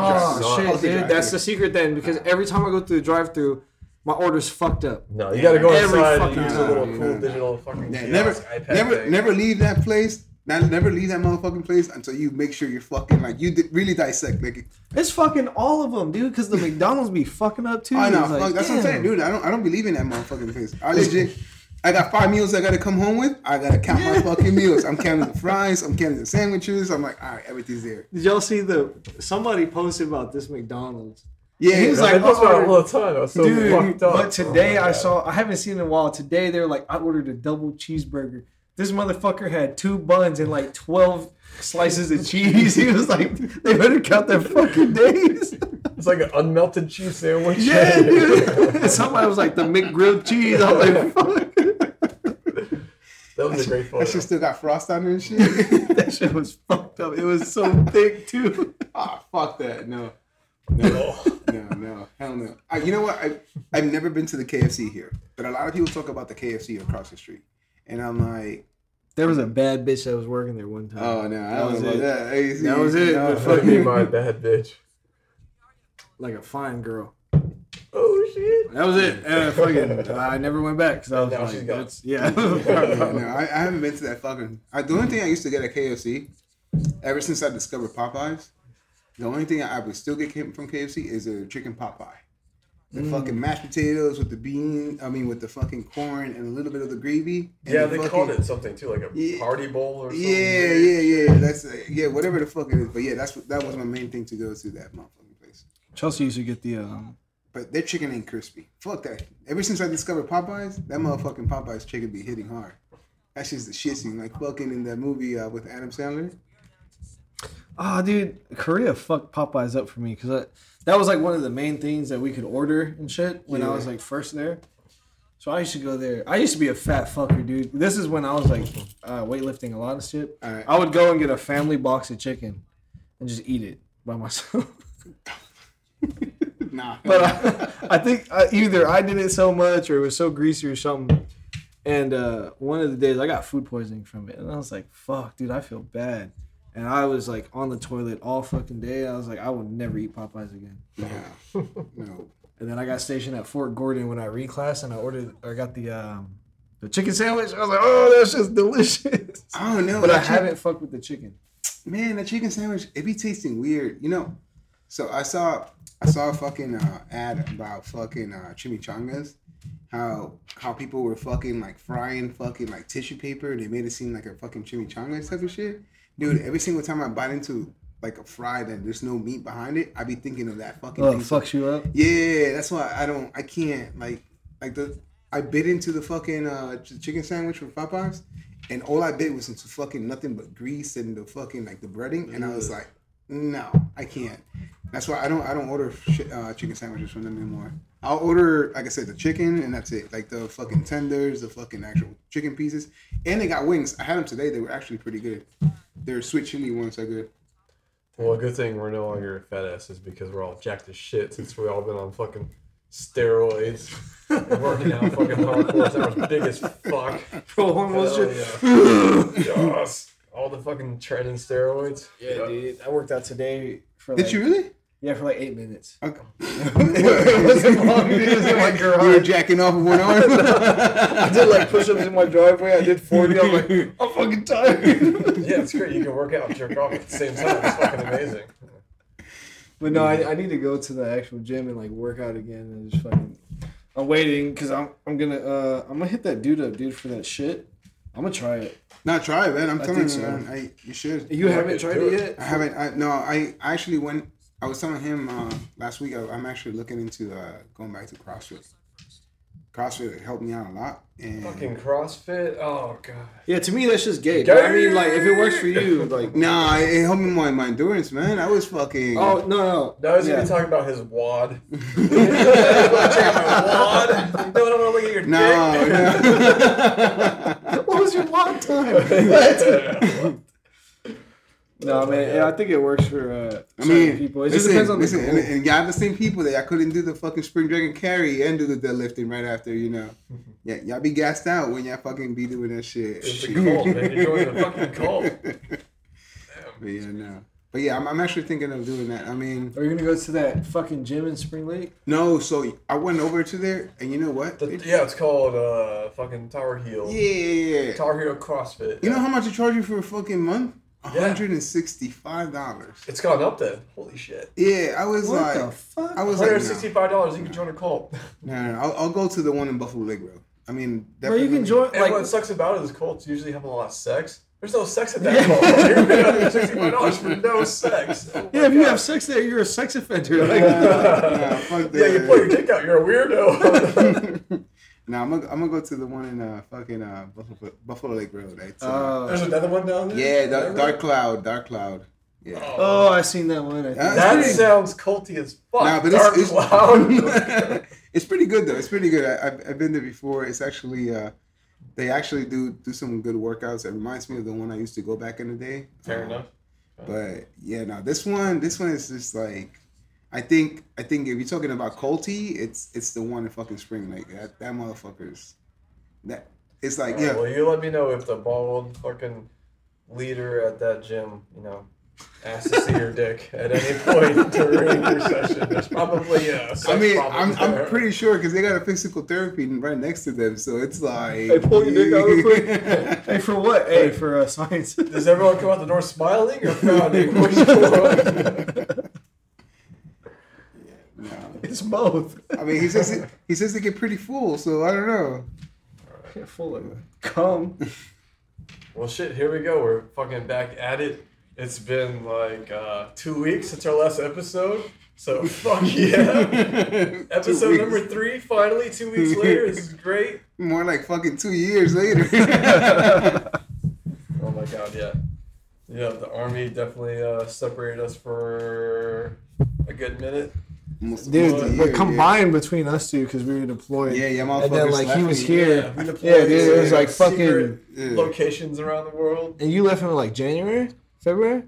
Speaker 2: drive-thru.
Speaker 1: shit,
Speaker 2: Fuck the drive-thru.
Speaker 3: That's the secret then, because every time I go through the drive-through, my order's fucked up.
Speaker 1: No, you gotta go
Speaker 3: Every
Speaker 1: inside and
Speaker 3: fucking
Speaker 1: use a
Speaker 2: time,
Speaker 1: little
Speaker 2: dude.
Speaker 1: cool digital fucking
Speaker 2: Yeah, never,
Speaker 1: kiosk iPad
Speaker 2: never,
Speaker 1: thing.
Speaker 2: never leave that place. Not, never leave that motherfucking place until you make sure you're fucking like you di- really dissect. Like,
Speaker 3: It's fucking all of them, dude. Because the McDonald's be fucking up too.
Speaker 2: I know,
Speaker 3: It's like,
Speaker 2: fuck, that's what I'm
Speaker 3: damn.
Speaker 2: saying, dude. I don't, I don't believe in that motherfucking place. I legit, I got five meals I gotta come home with. I gotta count my fucking meals. I'm counting the fries. I'm counting the sandwiches. I'm like, all right, everything's there.
Speaker 3: Did y'all see the somebody posted about this McDonald's?
Speaker 2: Yeah,
Speaker 3: He was
Speaker 1: I
Speaker 3: like,
Speaker 1: did this
Speaker 3: oh,
Speaker 1: about all the time. I was so
Speaker 3: Dude,
Speaker 1: fucked up.
Speaker 3: but today
Speaker 1: Oh my
Speaker 3: I
Speaker 1: God.
Speaker 3: saw I haven't seen it in a while. Today they're like I ordered a double cheeseburger. This motherfucker had two buns and like twelve slices of cheese. He was like, they better count their fucking days.
Speaker 1: It's like an unmelted cheese sandwich.
Speaker 3: yeah, dude. And somebody was like the McGrilled cheese. I was like, fuck.
Speaker 1: That was a great photo.
Speaker 2: that shit still got frost on it and shit.
Speaker 3: That shit was fucked up. It was so thick too.
Speaker 2: Ah, fuck that. No, no, no, no, hell no. I, you know what? I, I've never been to the KFC here, but a lot of people talk about the KFC across the street, and I'm like,
Speaker 3: There was a bad bitch that was working there one time.
Speaker 2: oh no, I don't
Speaker 3: was
Speaker 2: know
Speaker 3: it.
Speaker 2: about that. Hey, see,
Speaker 3: That was it,
Speaker 2: no.
Speaker 3: but
Speaker 1: That would be my bad bitch.
Speaker 3: like a fine girl.
Speaker 1: Oh shit.
Speaker 3: That was it. And I fucking, I never went back because I was
Speaker 1: Now she's
Speaker 3: like,
Speaker 1: gone.
Speaker 3: that's, yeah.
Speaker 2: Yeah, no, I, I haven't been to that fucking. I, the only thing I used to get at KFC, ever since I discovered Popeyes, the only thing I, I would still get came from KFC is a chicken Popeye. The fucking mashed potatoes with the bean, I mean, with the fucking corn and a little bit of the gravy. and
Speaker 1: Yeah,
Speaker 2: the
Speaker 1: they
Speaker 2: fucking-
Speaker 1: called it something too, like a
Speaker 2: Yeah.
Speaker 1: party bowl or something.
Speaker 2: Yeah, yeah, yeah. That's uh, yeah, whatever the fuck it is. But yeah, that's what that was my main thing to go to that motherfucking place.
Speaker 3: Chelsea used to get the, um,
Speaker 2: But their chicken ain't crispy. Fuck that. Ever since I discovered Popeyes, that motherfucking Popeyes chicken be hitting hard. That's just the shit scene. Like fucking in that movie uh, with Adam Sandler.
Speaker 3: oh, dude, Korea fucked Popeyes up for me because that was like one of the main things that we could order and shit when I
Speaker 2: Yeah.
Speaker 3: was like first there. So I used to go there. I used to be a fat fucker, dude. This is when I was like uh, weightlifting a lot of shit.
Speaker 2: All right.
Speaker 3: I would go and get a family box of chicken and just eat it by myself.
Speaker 2: Nah.
Speaker 3: but I, I think I, either I did it so much or it was so greasy or something. And uh, one of the days I got food poisoning from it, and I was like, "Fuck, dude, I feel bad." And I was like on the toilet all fucking day. I was like, I will never eat Popeyes again.
Speaker 2: yeah. No.
Speaker 3: And then I got stationed at Fort Gordon when I reclassed, and I ordered, or I got the um, the chicken sandwich. I was like, oh, that's just delicious.
Speaker 2: I don't know.
Speaker 3: But I
Speaker 2: that chick-
Speaker 3: haven't fucked with the chicken.
Speaker 2: man, that chicken sandwich, it be tasting weird. You know, so I saw I saw a fucking uh, ad about fucking uh, chimichangas. How how people were fucking like frying fucking like tissue paper. They made it seem like a fucking chimichanga type of shit. Dude, every single time I bite into like a fry that there's no meat behind it, I be thinking of that fucking
Speaker 3: Oh,
Speaker 2: thing.
Speaker 3: it fucks you up.
Speaker 2: Yeah, that's why I don't. I can't like like the. I bit into the fucking uh, ch- chicken sandwich from Popeyes, and all I bit was into fucking nothing but grease and the fucking like the breading, and I was like, no, I can't. That's why I don't. I don't order sh- uh, chicken sandwiches from them anymore. I'll order, like I said, the chicken, and that's it. Like the fucking tenders, the fucking actual chicken pieces, and they got wings. I had them today. They were actually pretty good. Their sweet chili ones are good.
Speaker 1: Well, good thing we're no longer fat asses because we're all jacked as shit since we all been on fucking steroids, working out fucking hardcore. so I was big as fuck.
Speaker 3: Rolling
Speaker 1: Hell yeah. Yes. All the fucking training steroids.
Speaker 3: Yeah, dude. I worked out today for
Speaker 2: Did
Speaker 3: like,
Speaker 2: you really?
Speaker 3: yeah for like eight minutes.
Speaker 2: Okay.
Speaker 3: wasn't long, it was in my garage.
Speaker 2: You were jacking off with one arm.
Speaker 3: I did like push-ups in my driveway. I did forty. I'm like, I'm fucking tired.
Speaker 1: Yeah, it's great. You can work out and jerk off at the same time. It's fucking amazing.
Speaker 3: but no, I, I need to go to the actual gym and like work out again and just fucking. I'm waiting because I'm I'm gonna uh I'm gonna hit that dude up, dude, for that shit. I'm gonna try it.
Speaker 2: Not try it, man. I'm
Speaker 3: I
Speaker 2: telling you,
Speaker 3: think so.
Speaker 2: man. I, you should.
Speaker 3: You
Speaker 1: Yeah,
Speaker 3: haven't
Speaker 1: dude,
Speaker 3: tried
Speaker 1: do
Speaker 3: it
Speaker 1: it.
Speaker 3: yet.
Speaker 2: I haven't. I, no, I I actually went. I was telling him uh, last week. I, I'm actually looking into uh, going back to CrossFit. CrossFit helped me out a lot, and
Speaker 1: Fucking CrossFit. Oh god.
Speaker 3: Yeah, to me that's just gay. But I mean, like, if it works for you, like,
Speaker 2: nah, it it helped me with my endurance, man. I was fucking.
Speaker 3: oh no, no,
Speaker 1: Now he's gonna
Speaker 3: Yeah.
Speaker 1: be talking about his wad. my wad. No, no, no, look at your dick.
Speaker 2: no, no.
Speaker 3: what was your long time? no, man, yeah, I think it works for uh,
Speaker 2: I
Speaker 3: certain
Speaker 2: mean,
Speaker 3: people. It just
Speaker 2: listen,
Speaker 3: depends on
Speaker 2: listen,
Speaker 3: the
Speaker 2: and,
Speaker 3: goal.
Speaker 2: and y'all the same people that y'all couldn't do the fucking spring dragon carry and do the deadlifting right after, you know. Yeah, y'all be gassed out when y'all fucking be doing that shit.
Speaker 1: It's a cult, man. You're joining the fucking cult.
Speaker 2: But yeah, no. But yeah, I'm, I'm actually thinking of doing that. I mean,
Speaker 3: Are you gonna go to that fucking gym in Spring Lake?
Speaker 2: no. So I went over to there, and you know what?
Speaker 1: The-
Speaker 2: It-
Speaker 1: yeah, it's called uh, fucking Tower Heel.
Speaker 2: yeah, yeah, yeah.
Speaker 1: Tower Heel CrossFit.
Speaker 2: You know how much they charge you for a fucking month? One
Speaker 1: Yeah.
Speaker 2: hundred and sixty-five dollars.
Speaker 1: It's gone up then. Holy shit.
Speaker 2: Yeah, I was
Speaker 3: What
Speaker 2: like,
Speaker 3: the fuck?
Speaker 2: I was like, no,
Speaker 1: $165, you can join a cult.
Speaker 2: no, no, I'll, I'll go to the one in Buffalo Lake, bro. I mean,
Speaker 3: Bro, you can
Speaker 2: definitely-
Speaker 3: join.
Speaker 1: And
Speaker 3: Like,
Speaker 1: what sucks about it is cults usually have a lot of sex. There's no sex at that cult. You're paying $165 for no sex. Oh my
Speaker 3: yeah, if you
Speaker 1: God.
Speaker 3: have sex there, you're a sex offender. Like,
Speaker 2: Nah, fuck
Speaker 1: Yeah, you
Speaker 2: that.
Speaker 1: pull your dick out. You're a weirdo.
Speaker 2: Nah, I'm gonna, I'm gonna go to the one in uh fucking uh Buffalo, Buffalo Lake Road. It's, uh,
Speaker 3: Uh,
Speaker 1: There's another one down there.
Speaker 2: yeah, dark,
Speaker 1: Another
Speaker 2: dark
Speaker 1: one?
Speaker 2: cloud, dark cloud. Yeah.
Speaker 1: Oh,
Speaker 3: oh, I seen that one. I
Speaker 2: Uh,
Speaker 3: think.
Speaker 1: that
Speaker 2: pretty-
Speaker 1: sounds culty as Oh, fuck.
Speaker 2: Nah, but
Speaker 1: dark
Speaker 2: it's,
Speaker 1: cloud.
Speaker 2: it's, it's pretty good though. It's pretty good. I, I've, I've been there before. It's actually uh, they actually do do some good workouts. It reminds me of the one I used to go back in the day.
Speaker 1: Fair
Speaker 2: Um,
Speaker 1: enough.
Speaker 2: But yeah, no, this one, this one is just like, I think, I think if you're talking about Colty, it's it's the one in fucking Spring Lake. That that motherfucker's, that it's like
Speaker 1: Alright,
Speaker 2: yeah.
Speaker 1: Well, you let me know if the bald fucking leader at that gym, you know, asks to see your dick at any point during your session. There's probably a sex
Speaker 2: I mean,
Speaker 1: problem
Speaker 2: I'm,
Speaker 1: there.
Speaker 2: I'm pretty sure because they got a physical therapy right next to them, so it's like.
Speaker 3: Hey, pull your dick out real quick. hey, for what? Hey, for uh, science.
Speaker 1: Does everyone come out the door smiling or frowning? Which one?
Speaker 2: No.
Speaker 3: it's both.
Speaker 2: I mean, he says it, he says they get pretty full, so I don't know.
Speaker 3: Can't fool it. Come.
Speaker 1: well, shit. Here we go. We're fucking back at it. It's been like uh, two weeks since our last episode. So fuck yeah.
Speaker 2: Two
Speaker 1: episode
Speaker 2: weeks.
Speaker 1: number three. Finally, two weeks later. This is great.
Speaker 2: More like fucking two years later.
Speaker 1: Oh my god, yeah. Yeah, the army definitely uh, separated us for a good minute.
Speaker 2: Almost- almost a
Speaker 3: dude.
Speaker 2: year,
Speaker 3: But combined between us two, because we were deployed.
Speaker 2: Yeah, yeah, yeah motherfucker.
Speaker 3: And then like he
Speaker 2: slapping
Speaker 3: was
Speaker 2: you.
Speaker 3: here,
Speaker 1: we deployed
Speaker 3: yeah, dude. It was
Speaker 1: to
Speaker 3: like fucking.
Speaker 1: secret
Speaker 2: Yeah.
Speaker 1: locations around the world.
Speaker 3: And you left him in like January, February.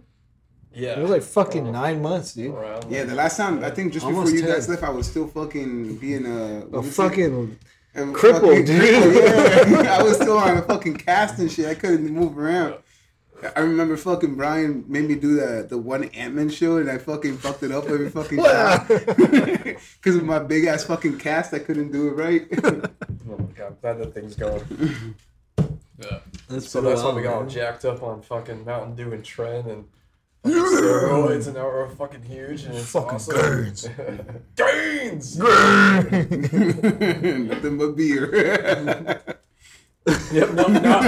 Speaker 1: Yeah,
Speaker 3: It was like fucking
Speaker 1: Oh.
Speaker 3: nine months, dude.
Speaker 1: around.
Speaker 2: Yeah, the last time I think just before
Speaker 3: Almost
Speaker 2: you
Speaker 3: 10.
Speaker 2: guys left, I was still fucking being a, what
Speaker 3: A
Speaker 2: was it?
Speaker 3: fucking
Speaker 2: A
Speaker 3: cripple,
Speaker 2: fucking
Speaker 3: dude.
Speaker 2: cripple, yeah. I was still on a fucking cast and shit. I couldn't move around. I remember fucking Brian made me do the the one Ant Man show, and I fucking fucked it up every fucking time because of my big ass fucking cast. I couldn't do it right.
Speaker 1: Oh my god, I'm glad that thing's going.
Speaker 3: That's
Speaker 1: So
Speaker 3: been a
Speaker 1: that's why
Speaker 3: while,
Speaker 1: we got all
Speaker 3: man.
Speaker 1: jacked up on fucking Mountain Dew and Trend and fucking steroids, and now we're fucking huge and it's
Speaker 3: Fucking
Speaker 1: awesome.
Speaker 3: gains.
Speaker 1: gains.
Speaker 2: Nothing but beer.
Speaker 1: Yep, no, now,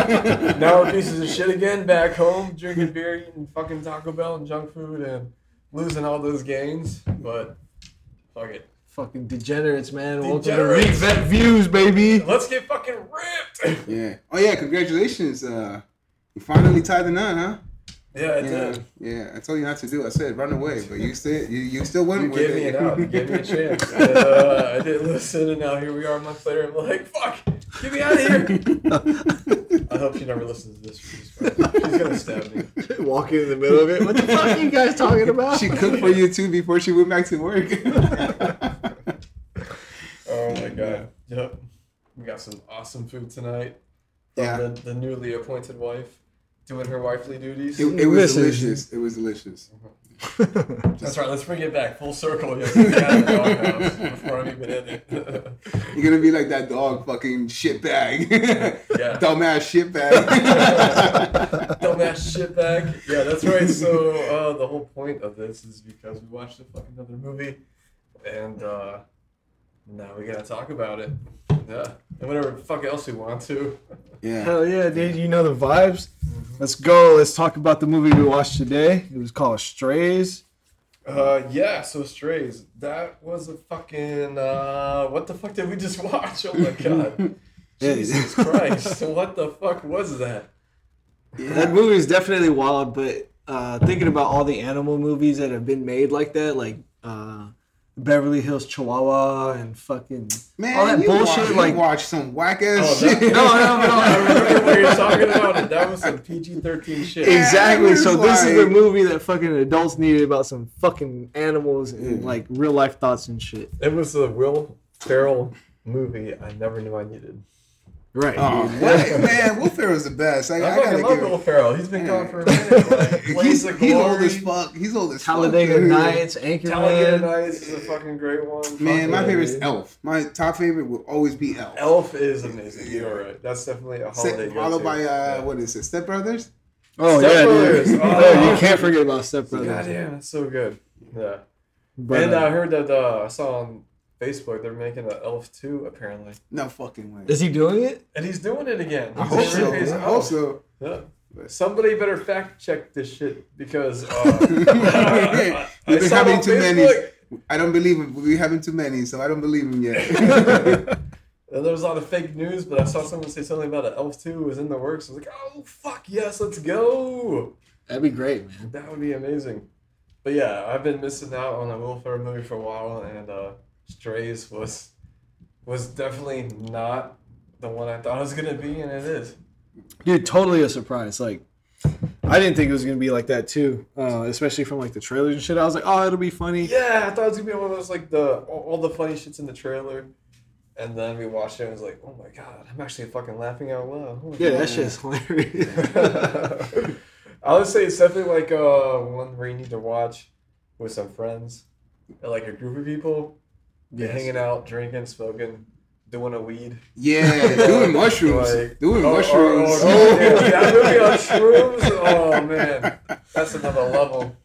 Speaker 1: now we're pieces of shit again back home, drinking beer, eating fucking Taco Bell and junk food, and losing all those gains. But fuck it,
Speaker 3: Fucking degenerates, man. Welcome to
Speaker 1: Degenerates.
Speaker 3: Revet Views, baby.
Speaker 1: let's get fucking ripped.
Speaker 2: yeah. Oh yeah. Congratulations. Uh, you finally tied the knot, huh?
Speaker 1: Yeah, I
Speaker 2: Yeah.
Speaker 1: did.
Speaker 2: Yeah. I told you not to do. it. I said run away, but you still you, you still went
Speaker 1: You
Speaker 2: with
Speaker 1: gave me
Speaker 2: it.
Speaker 1: an out. You gave me a chance. And, uh, I didn't listen, and now here we are months later. I'm like, fuck, get me out of here. I hope she never listens to this. Jesus Christ. She's gonna stab me.
Speaker 3: Walking in the middle of it. What the fuck are you guys talking about?
Speaker 2: she cooked for you too before she went back to work.
Speaker 1: Oh my god. Yep. We got some awesome food tonight. From
Speaker 2: Yeah.
Speaker 1: The, the newly appointed wife doing her wifely duties.
Speaker 2: It, it was
Speaker 3: Listen.
Speaker 2: delicious. It was delicious.
Speaker 1: That's right. Let's bring it back full circle. Yes, we got a doghouse before I'm even in it.
Speaker 2: You're gonna be like that dog fucking shit bag.
Speaker 1: Yeah.
Speaker 2: Dumbass shit bag.
Speaker 1: Dumbass shit bag. Yeah, that's right. So uh, the whole point of this is because we watched a fucking other movie, and uh, now we gotta talk about it. Yeah. And whatever the fuck else we want to.
Speaker 2: yeah.
Speaker 3: Hell yeah, dude. You know the vibes. Let's go. Let's talk about the movie we watched today. It was called Strays.
Speaker 1: Uh, yeah, so Strays. That was a fucking. Uh, what the fuck did we just watch? Oh my god. Jesus Christ. What the fuck was that?
Speaker 3: That movie is definitely wild, but uh, thinking about all the animal movies that have been made like that, like uh, Beverly Hills Chihuahua and fucking
Speaker 2: Man,
Speaker 3: all that
Speaker 2: you
Speaker 3: bullshit,
Speaker 2: Watch,
Speaker 3: like
Speaker 2: you watch some whack ass
Speaker 1: Oh, that-
Speaker 2: shit.
Speaker 3: no, no, no,
Speaker 1: I remember
Speaker 3: no.
Speaker 1: what you're talking about, and that was some PG 13 shit.
Speaker 3: Exactly.
Speaker 2: Yeah,
Speaker 3: so
Speaker 2: it was
Speaker 3: this is the
Speaker 2: like-
Speaker 3: movie that fucking adults needed about some fucking animals and like real life thoughts and shit.
Speaker 1: It was a Will Ferrell movie I never knew I needed.
Speaker 3: Right.
Speaker 2: Oh,
Speaker 3: dude.
Speaker 2: what? Man, Will Ferrell's the best. I,
Speaker 1: I,
Speaker 2: I
Speaker 1: fucking
Speaker 2: gotta
Speaker 1: love
Speaker 2: give
Speaker 1: Will
Speaker 2: it.
Speaker 1: Ferrell. He's been
Speaker 2: Yeah.
Speaker 1: gone for a minute. Like, Blaze
Speaker 2: He's,
Speaker 1: of
Speaker 2: he's old
Speaker 1: Glory,
Speaker 2: as fuck. He's old as
Speaker 3: Talladega
Speaker 2: fuck. dude.
Speaker 3: Nights,
Speaker 1: Talladega
Speaker 3: Anchorman.
Speaker 1: Nights is a fucking great one.
Speaker 2: Man, my
Speaker 1: Fucking-
Speaker 2: favorite is Elf. My top favorite will always be Elf.
Speaker 1: Elf is amazing. You're right. That's definitely a
Speaker 2: Set-
Speaker 1: holiday.
Speaker 2: followed
Speaker 1: go-to.
Speaker 2: by uh,
Speaker 1: Yeah.
Speaker 2: what is it? Step Brothers.
Speaker 3: Oh
Speaker 1: Step
Speaker 3: yeah,
Speaker 1: Brothers.
Speaker 3: dude.
Speaker 1: Oh.
Speaker 3: Oh, you can't forget about Step Brothers.
Speaker 1: Goddamn, that's so good. Yeah.
Speaker 3: But,
Speaker 1: and
Speaker 3: uh,
Speaker 1: I heard that uh, I saw on Facebook they're making an Elf 2 apparently,
Speaker 2: No fucking way.
Speaker 3: is he doing it?
Speaker 1: and he's doing it again.
Speaker 2: I
Speaker 1: He's
Speaker 2: hope
Speaker 1: in
Speaker 2: so.
Speaker 1: Ripley's
Speaker 2: I hope
Speaker 1: Elf.
Speaker 2: so.
Speaker 1: Yeah. Somebody better fact check this shit because uh, I,
Speaker 2: We've been
Speaker 1: saw it
Speaker 2: having
Speaker 1: on
Speaker 2: too many.
Speaker 1: Facebook,
Speaker 2: I don't believe him. We're having too many, so I don't believe him yet.
Speaker 1: And there was a lot of fake news, but I saw someone say something about an Elf 2 was in the works. I was like, oh, fuck, yes, let's go.
Speaker 3: That'd be great, man.
Speaker 1: That would be amazing. But yeah, I've been missing out on a Will Ferrell movie for a while, and uh, Strays was was definitely not the one I thought it was gonna be, and it is.
Speaker 3: dude totally a surprise like i didn't think it was gonna be like that too uh, especially from like the trailers and shit i was like oh it'll be funny
Speaker 1: Yeah, I thought it was gonna be one of those like the all, all the funny shits in the trailer, and then we watched it and was like, oh my god, I'm actually fucking laughing out loud. Holy
Speaker 3: yeah
Speaker 1: shit.
Speaker 3: that shit's hilarious
Speaker 1: I would say it's definitely like uh, one where you need to watch with some friends, or like a group of people, You're
Speaker 3: Yes.
Speaker 1: hanging out, drinking, smoking, doing a weed.
Speaker 2: yeah, doing mushrooms.
Speaker 1: Like-
Speaker 2: doing
Speaker 1: Oh, oh,
Speaker 2: mushrooms.
Speaker 1: Oh, yeah, that movie on shrooms. Oh man, that's another level.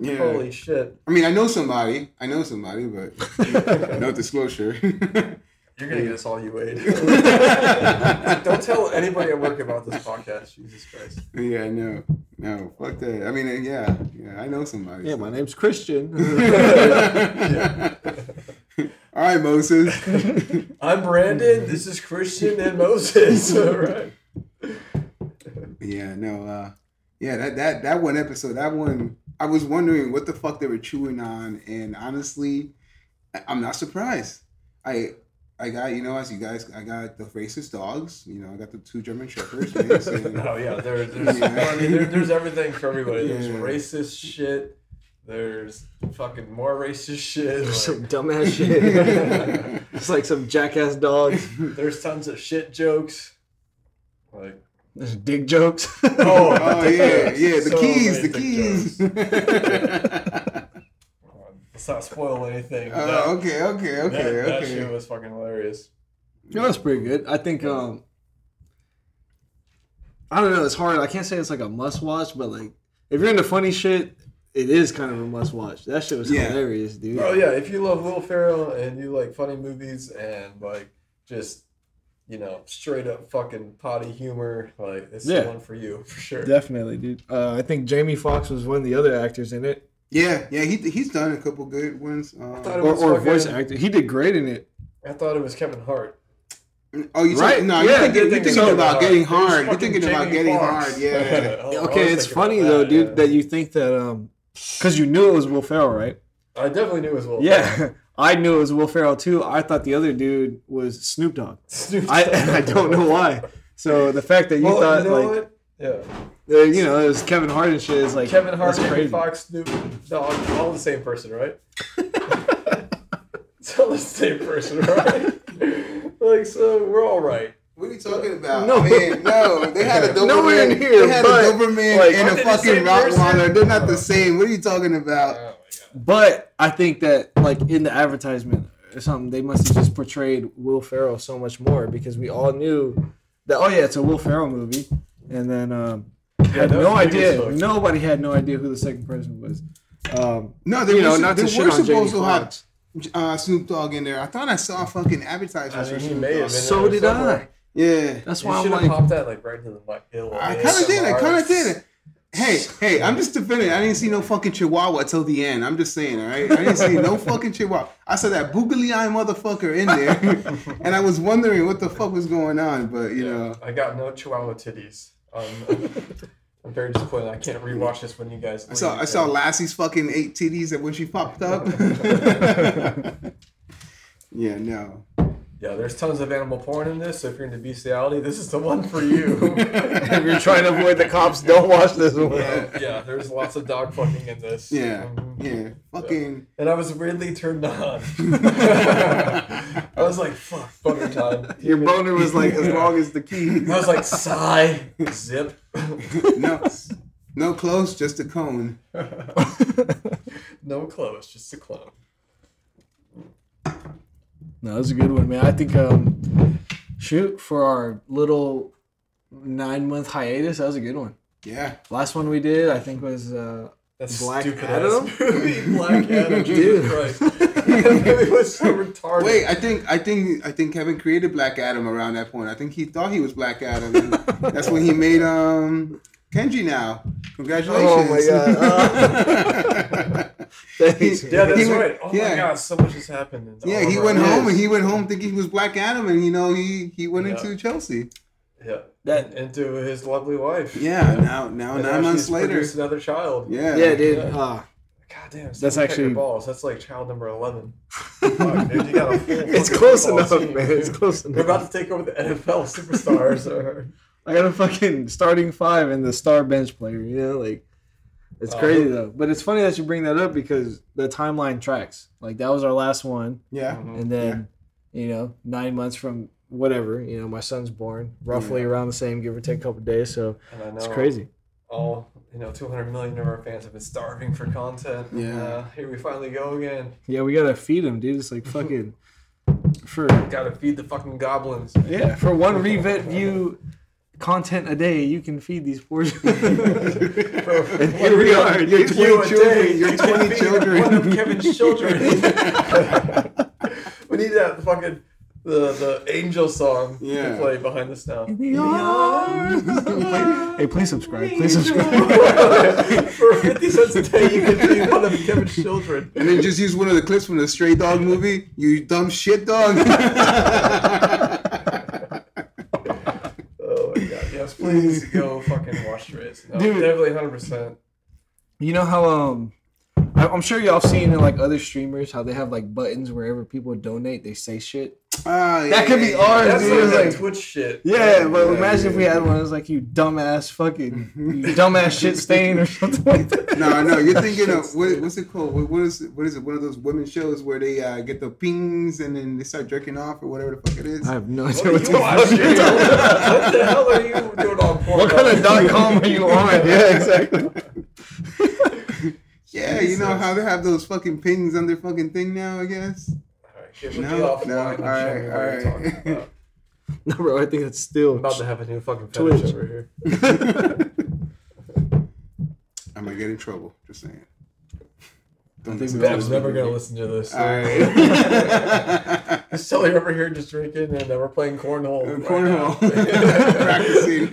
Speaker 2: Yeah.
Speaker 1: Holy shit!
Speaker 2: I mean, I know somebody. I know somebody, but no disclosure.
Speaker 1: You're gonna get us all you ate. Don't tell anybody at work about this podcast. Jesus Christ.
Speaker 2: yeah, no, no, fuck that. I mean, yeah, yeah, I know somebody.
Speaker 3: yeah
Speaker 2: so.
Speaker 3: my name's christian
Speaker 2: All right, Moses.
Speaker 1: I'm Brandon. This is Christian and Moses. All right.
Speaker 2: Yeah, no, uh yeah, that that that one episode, that one I was wondering what the fuck they were chewing on and honestly I- I'm not surprised. I I got you know as you guys I got the racist dogs. You know I got the two German shepherds. mix, and-
Speaker 1: Oh yeah, there, there's
Speaker 2: Yeah.
Speaker 1: well, I mean, there, there's everything for everybody. There's
Speaker 2: Yeah.
Speaker 1: racist shit. There's fucking more racist shit.
Speaker 3: There's
Speaker 1: like,
Speaker 3: some dumbass shit. it's like some jackass dogs.
Speaker 1: there's tons of shit jokes. Like
Speaker 3: There's dick jokes.
Speaker 1: Oh.
Speaker 3: uh,
Speaker 2: oh yeah, yeah. The
Speaker 1: So
Speaker 2: keys, the
Speaker 1: many
Speaker 2: keys.
Speaker 1: let's not spoil anything. but that-
Speaker 2: oh, okay, okay,
Speaker 1: that,
Speaker 2: okay,
Speaker 1: that
Speaker 2: okay.
Speaker 1: shit was fucking hilarious.
Speaker 3: No, that's pretty good. I think um I don't know, it's hard. I can't say it's like a must watch, but like if you're into funny shit, it is kind of a must watch. That shit was
Speaker 2: Yeah.
Speaker 3: hilarious, dude.
Speaker 1: Oh yeah, if you love Will Ferrell and you like funny movies and like just you know straight up fucking potty humor, like it's
Speaker 3: Yeah.
Speaker 1: the one for you for sure.
Speaker 6: Definitely, dude. Uh, I think Jamie Foxx was one of the other actors in it.
Speaker 2: Yeah, yeah. He he's done a couple good ones. Um,
Speaker 1: thought it
Speaker 3: Or, or
Speaker 1: fucking-
Speaker 3: voice actor. He did great in it.
Speaker 1: I thought it was Kevin Hart.
Speaker 2: oh, you
Speaker 3: Right?
Speaker 2: talking? No,
Speaker 3: Yeah,
Speaker 2: you're thinking,
Speaker 3: you're
Speaker 2: you're
Speaker 3: thinking
Speaker 2: thinking
Speaker 3: so.
Speaker 2: about getting hard. You're
Speaker 1: Fucking
Speaker 2: thinking about
Speaker 1: Jamie
Speaker 2: getting
Speaker 1: Fox.
Speaker 2: hard. Yeah.
Speaker 1: Oh, I was
Speaker 3: okay, it's
Speaker 1: thinking about
Speaker 3: funny
Speaker 1: that,
Speaker 3: though, dude,
Speaker 1: yeah.
Speaker 3: that you think that um because you knew it was Will Ferrell, right?
Speaker 1: I definitely knew it was Will.
Speaker 3: Yeah. I knew it was Will Ferrell too. I thought the other dude was Snoop Dogg.
Speaker 1: Snoop
Speaker 3: I
Speaker 1: Dogg.
Speaker 3: I don't know why. So the fact that you
Speaker 1: Well,
Speaker 3: thought
Speaker 1: you know
Speaker 3: like
Speaker 1: what? Yeah,
Speaker 3: uh, you know it was Kevin Hart and shit is like
Speaker 1: Kevin Hart,
Speaker 3: that's
Speaker 1: Jamie
Speaker 3: crazy.
Speaker 1: Foxx, Snoop Dogg, all the same person, right? it's all the same person, right? like, so we're all right.
Speaker 2: What are you talking about? No,
Speaker 3: No.
Speaker 2: man, no. They had a Doberman.
Speaker 3: Nowhere in here,
Speaker 2: They had
Speaker 3: but,
Speaker 2: a Doberman
Speaker 3: like,
Speaker 2: and
Speaker 1: aren't
Speaker 2: a
Speaker 1: they the
Speaker 2: fucking
Speaker 1: same person?
Speaker 2: Rottweiler. They're not the same. What are you talking about?
Speaker 1: Oh my
Speaker 3: But I think that like in the advertisement or something, they must have just portrayed Will Ferrell so much more because we all knew that oh yeah, it's a Will Ferrell movie, and then um, had
Speaker 1: that was
Speaker 3: no
Speaker 1: weird as
Speaker 3: idea.
Speaker 1: fuck.
Speaker 3: Nobody had no idea who the second person was. Um,
Speaker 2: No, they
Speaker 3: you
Speaker 2: were,
Speaker 3: know, not
Speaker 2: they
Speaker 3: to
Speaker 2: were
Speaker 3: shit on Jamie
Speaker 2: supposed to have
Speaker 3: Foxx.
Speaker 2: uh, Snoop Dogg in there. I thought I saw a fucking
Speaker 1: God.
Speaker 2: advertisement
Speaker 1: I mean,
Speaker 2: for
Speaker 1: he
Speaker 2: Snoop
Speaker 1: may have
Speaker 2: Dogg.
Speaker 1: been
Speaker 3: So
Speaker 1: there
Speaker 3: did
Speaker 1: somewhere.
Speaker 3: I.
Speaker 2: Yeah.
Speaker 3: That's
Speaker 1: You
Speaker 3: why
Speaker 1: should
Speaker 3: I'm
Speaker 1: have
Speaker 3: like,
Speaker 1: popped that like right into the mic. Ew,
Speaker 2: I
Speaker 1: man,
Speaker 2: kind of did. I
Speaker 1: Mark.
Speaker 2: kind of did it. Hey, hey, I'm just defending. I didn't see no fucking chihuahua till the end. I'm just saying, all right? I didn't see no fucking chihuahua. I saw that boogly eye motherfucker in there, and I was wondering what the fuck was going on, but you know.
Speaker 1: I got no Chihuahua titties. Um, I'm very disappointed. I can't rewatch this when you guys.
Speaker 2: I saw I saw Lassie's fucking eight titties and when she popped up. yeah, no.
Speaker 1: Yeah, there's tons of animal porn in this. So if you're into bestiality, this is the one for you.
Speaker 3: if you're trying to avoid the cops, don't watch this one.
Speaker 1: yeah, there's lots of dog fucking in this.
Speaker 2: Yeah.
Speaker 1: Mhm.
Speaker 2: Yeah. Fucking
Speaker 1: And I was weirdly turned on. I was like, fuck, boner time.
Speaker 3: Your boner was like as long as the key.
Speaker 1: I was like, sigh, zip.
Speaker 2: no no clothes, just a cone.
Speaker 1: no clothes, just a clone.
Speaker 3: No, that's a good one, man. I think um, shoot for our little nine month hiatus. That was a good one.
Speaker 2: Yeah.
Speaker 3: Last one we did, I think, was uh,
Speaker 1: That's
Speaker 3: Black
Speaker 1: stupid
Speaker 3: Adam?
Speaker 1: ass movie. Black Adam, Jesus Christ. That movie was so retarded.
Speaker 2: Wait, I think I think I think Kevin created Black Adam around that point. I think he thought he was Black Adam. and that's when he made um Kenji now. Congratulations.
Speaker 3: Oh my God.
Speaker 1: Oh.
Speaker 3: thanks.
Speaker 1: Yeah, that's
Speaker 2: He went-
Speaker 1: right. Oh my
Speaker 2: yeah.
Speaker 1: god, so much has happened. In the
Speaker 2: yeah, he
Speaker 1: Oliver
Speaker 2: went
Speaker 1: Atom.
Speaker 2: home and he went home thinking he was Black Adam and you know he he went
Speaker 1: Yeah.
Speaker 2: into Chelsea.
Speaker 1: Yeah,
Speaker 3: That-
Speaker 1: and, and to his lovely wife.
Speaker 2: Yeah, now now
Speaker 1: And now
Speaker 2: nine months
Speaker 1: she's
Speaker 2: later.
Speaker 1: produced another child.
Speaker 2: Yeah.
Speaker 3: yeah, dude. Uh,
Speaker 1: God damn,
Speaker 3: That's
Speaker 1: that's actually
Speaker 3: actually-
Speaker 1: balls. That's like child number eleven. Fuck, dude, you got a full
Speaker 3: it's
Speaker 1: fucking
Speaker 3: close
Speaker 1: football
Speaker 3: enough,
Speaker 1: team,
Speaker 3: man.
Speaker 1: dude.
Speaker 3: It's close
Speaker 1: They're
Speaker 3: enough.
Speaker 1: about to take over the NFL superstars. or,
Speaker 3: I got a fucking starting five and the star bench player. You know, like it's
Speaker 1: Uh,
Speaker 3: crazy though. But it's funny that you bring that up because the timeline tracks. Like that was our last one.
Speaker 1: Oh
Speaker 2: Yeah.
Speaker 3: and then you know nine months from whatever you know my son's born roughly around the same give or take a couple days so
Speaker 1: and I know
Speaker 3: it's crazy
Speaker 1: All you know, two hundred million of our fans have been starving for content.
Speaker 2: Yeah.
Speaker 1: uh, here we finally go again.
Speaker 3: yeah we gotta feed him dude it's like fucking for
Speaker 1: Got to feed the fucking goblins.
Speaker 3: yeah for one revet view content a day you can feed these poor and here we are you're
Speaker 1: You
Speaker 2: Your
Speaker 1: a
Speaker 2: 20 children.
Speaker 1: day.
Speaker 2: Your
Speaker 1: You
Speaker 2: 20
Speaker 1: defeated One of
Speaker 2: children.
Speaker 1: Kevin's children. we need that fucking the the angel song
Speaker 2: Yeah.
Speaker 1: to play behind us now.
Speaker 3: hey please subscribe please subscribe
Speaker 1: For fifty cents a day, you can be one of Kevin's children.
Speaker 2: And then just use one of the clips from the Stray Dog movie. You dumb shit dog.
Speaker 1: Oh my god! Yes, please go fucking watch Race. No,
Speaker 3: Dude.
Speaker 1: definitely hundred percent.
Speaker 3: you know how um I- I'm sure y'all seen in like other streamers how they have like buttons wherever people donate, they say shit.
Speaker 2: Ah, yeah,
Speaker 3: That could
Speaker 2: yeah,
Speaker 3: be
Speaker 2: yeah.
Speaker 3: ours,
Speaker 1: That's
Speaker 3: dude.
Speaker 1: like
Speaker 3: It's
Speaker 1: that
Speaker 3: like-
Speaker 1: Twitch shit.
Speaker 3: Yeah, but
Speaker 2: yeah,
Speaker 3: imagine if we
Speaker 2: yeah.
Speaker 3: had one. It was like you dumbass fucking, you dumbass shit stain or something like that.
Speaker 2: No, no, you're thinking of what, what's it called? What, what is it? What is it? One of those women shows where they uh, get the pings and then they start jerking off or whatever the fuck it is.
Speaker 3: I have no idea
Speaker 1: What, are
Speaker 3: what
Speaker 1: you
Speaker 3: the fuck.
Speaker 1: watching?
Speaker 3: you're talking about.
Speaker 1: what the hell are you doing on Pornhub?
Speaker 3: What kind of dot com are you on? Yeah, exactly.
Speaker 2: yeah, you know how they have those fucking pings on their fucking thing now. I guess.
Speaker 1: Alright, okay, we'll
Speaker 2: No,
Speaker 1: be
Speaker 2: no,
Speaker 1: offline and show
Speaker 2: alright,
Speaker 1: me what you're
Speaker 2: alright.
Speaker 1: talking about.
Speaker 3: No, bro, I think that's
Speaker 1: I'm
Speaker 3: still.
Speaker 1: about to have a new fucking fetish
Speaker 3: Twitch.
Speaker 1: over here.
Speaker 2: I'm gonna get in trouble. Just saying. Don't
Speaker 1: I
Speaker 2: listen
Speaker 1: think
Speaker 2: to
Speaker 1: Bev's
Speaker 2: this.
Speaker 1: never gonna listen to this. so-
Speaker 2: All right.
Speaker 1: He's still over here just drinking, and uh, we're playing cornhole. right
Speaker 2: Cornhole.
Speaker 1: now.
Speaker 2: Practicing.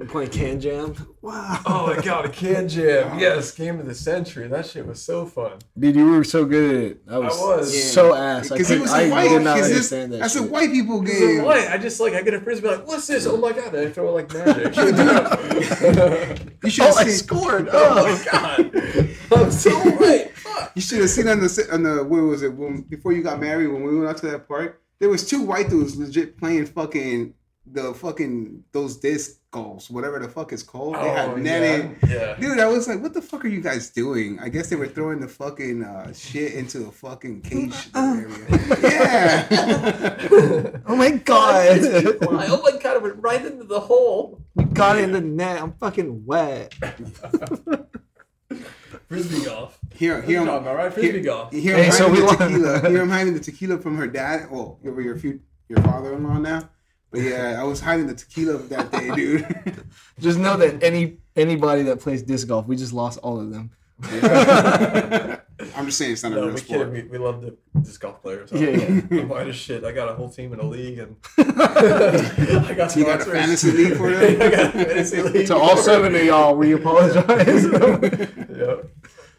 Speaker 3: I'm playing Can Jam. Wow.
Speaker 1: Oh my god, a can jam! Yes, game of the century. That shit was so fun.
Speaker 3: Dude, you were so good at it. I was,
Speaker 1: was.
Speaker 3: so ass. I,
Speaker 2: Because it
Speaker 3: couldn't-
Speaker 2: was
Speaker 3: I
Speaker 2: a white.
Speaker 3: did not
Speaker 2: 'cause this-
Speaker 3: understand that.
Speaker 2: That's
Speaker 3: shit.
Speaker 2: a white people
Speaker 1: It's
Speaker 2: game.
Speaker 1: like, Why? I just like I get a frisbee, like what's this? Oh my god! And I throw it like magic.
Speaker 2: You should have seen.
Speaker 3: scored.
Speaker 1: oh my god! I'm so right. Fuck.
Speaker 2: You should have seen on the se- on the where was it when before you got married when we went out to that park. There was two white dudes legit playing fucking the fucking those disc golfs, whatever the fuck it's called. They
Speaker 1: Oh,
Speaker 2: had
Speaker 1: yeah.
Speaker 2: netting.
Speaker 1: Yeah.
Speaker 2: Dude, I was like, what the fuck are you guys doing? I guess they were throwing the fucking uh, shit into a fucking cage area.
Speaker 1: Uh-uh.
Speaker 2: Yeah.
Speaker 3: Oh my
Speaker 1: Why?
Speaker 3: god.
Speaker 1: Oh my god! I went right into the hole.
Speaker 3: we got it in the net. I'm fucking wet.
Speaker 1: Frisbee golf.
Speaker 2: Here,
Speaker 1: Here,
Speaker 2: here,
Speaker 1: talking
Speaker 2: I'm,
Speaker 1: about, right? Frisbee
Speaker 2: here,
Speaker 1: golf.
Speaker 2: here
Speaker 3: Hey,
Speaker 2: I'm
Speaker 3: so
Speaker 2: hiding
Speaker 3: we
Speaker 2: the
Speaker 3: won.
Speaker 2: tequila. Here I'm hiding the tequila from her dad. Well, your your fu- your father-in-law now. But yeah, I was hiding the tequila that day, dude.
Speaker 3: Just know that any anybody that plays disc golf, we just lost all of them.
Speaker 2: I'm just saying it's not a
Speaker 1: No,
Speaker 2: real
Speaker 1: we kidding.
Speaker 2: sport.
Speaker 1: We, we love the disc golf players.
Speaker 3: Yeah, yeah.
Speaker 1: I'm white as shit. I got a whole team in a league, and I got
Speaker 2: You got a
Speaker 1: sponsors.
Speaker 2: fantasy league for
Speaker 1: I
Speaker 2: them?
Speaker 1: got a fantasy league.
Speaker 3: To all seven of y'all, we apologize.
Speaker 1: Yep. Oh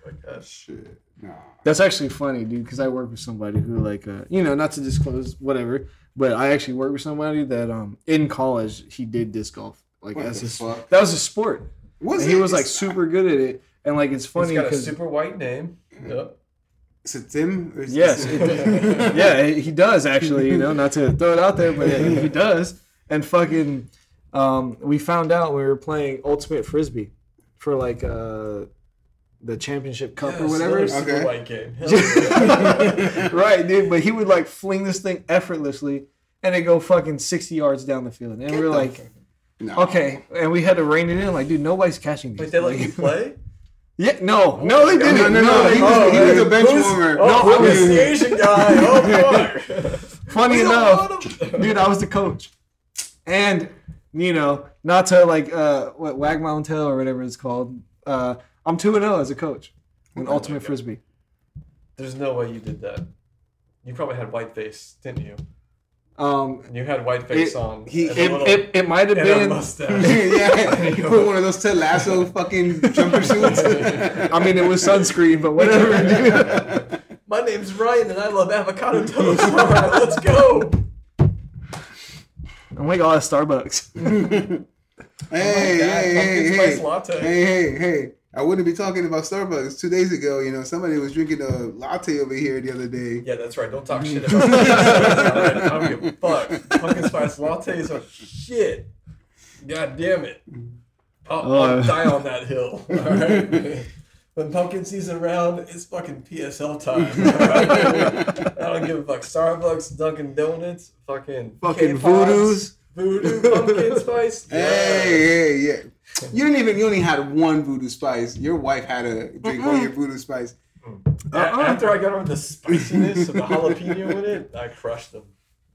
Speaker 1: my gosh.
Speaker 2: Shit. Nah.
Speaker 3: That's actually funny, dude, because I work with somebody who, like, uh, you know, not to disclose whatever, but I actually work with somebody that, um, in college, he did disc golf. Like,
Speaker 2: What
Speaker 3: as
Speaker 2: the
Speaker 3: his,
Speaker 2: fuck?
Speaker 3: that was a sport.
Speaker 2: Was
Speaker 3: And he
Speaker 2: it-
Speaker 3: was like
Speaker 2: it's-
Speaker 3: super good at it, and like it's
Speaker 1: It's
Speaker 3: funny
Speaker 1: got a
Speaker 3: because
Speaker 1: super white name. Yep.
Speaker 2: Is it Tim? Or is is
Speaker 3: yes, it- yeah, he does actually. You know, not to throw it out there, but he does. And fucking, um, we found out we were playing ultimate frisbee for like uh, the championship cup or whatever.
Speaker 1: Another Super
Speaker 2: Okay.
Speaker 1: white game. Hell yeah.
Speaker 3: right, dude. But he would like fling this thing effortlessly, and it go fucking sixty yards down the field, and we are
Speaker 2: the
Speaker 3: like,
Speaker 2: No.
Speaker 3: okay, and we had to rein it in. Like, dude, nobody's catching
Speaker 1: Wait,
Speaker 3: these.
Speaker 1: they let you play?
Speaker 3: yeah, no, no, they
Speaker 2: No,
Speaker 3: didn't.
Speaker 2: no, no. Oh,
Speaker 3: they
Speaker 2: He was, he
Speaker 3: didn't.
Speaker 2: was a bench
Speaker 1: Who's-
Speaker 2: warmer.
Speaker 1: Oh,
Speaker 3: No, I
Speaker 1: I'm
Speaker 3: was-
Speaker 1: the Asian guy. Oh, fuck.
Speaker 3: Funny
Speaker 1: We don't
Speaker 3: enough,
Speaker 1: want 'em.
Speaker 3: dude, I was the coach, and you know, not to like uh, what wag my own tail or whatever it's called. Uh, I'm two and zero as a coach in ultimate frisbee.
Speaker 1: There's no way you did that. You probably had white face, didn't you?
Speaker 3: Um,
Speaker 1: You had white face
Speaker 3: It-
Speaker 1: on.
Speaker 2: he-
Speaker 1: and a
Speaker 3: it,
Speaker 1: little-
Speaker 3: it, it might have
Speaker 1: and a
Speaker 3: been.
Speaker 1: mustache.
Speaker 2: yeah, you put one of those Ted Lasso fucking jumper suits.
Speaker 3: I mean, it was sunscreen, but whatever. Dude.
Speaker 1: My name's Ryan, and I love avocado toast. All right, let's go.
Speaker 3: Oh my god, Starbucks.
Speaker 2: hey,
Speaker 1: God,
Speaker 2: hey, hey,
Speaker 1: pumpkin
Speaker 2: hey,
Speaker 1: spice latte.
Speaker 2: hey, hey, hey! I wouldn't be talking about Starbucks two days ago. You know, somebody was drinking a latte over here the other day.
Speaker 1: Yeah, that's right. Don't talk shit about pumpkin spice. latte. I don't give a fuck. Pumpkin spice lattes are shit. God damn it. I'll, I'll
Speaker 3: Oh.
Speaker 1: die on that hill. All right. When pumpkin season round, it's fucking PSL time. all right? I don't give a fuck. Starbucks, Dunkin' Donuts, fucking
Speaker 3: Fucking
Speaker 1: K-Pops,
Speaker 3: voodoos.
Speaker 1: voodoo, pumpkin spice. Yeah.
Speaker 2: Hey, hey, yeah! You didn't even. You only had one voodoo spice. Your wife had a drink of your voodoo spice.
Speaker 3: Uh,
Speaker 1: A- After I got over the spiciness of the jalapeno in it, I crushed them.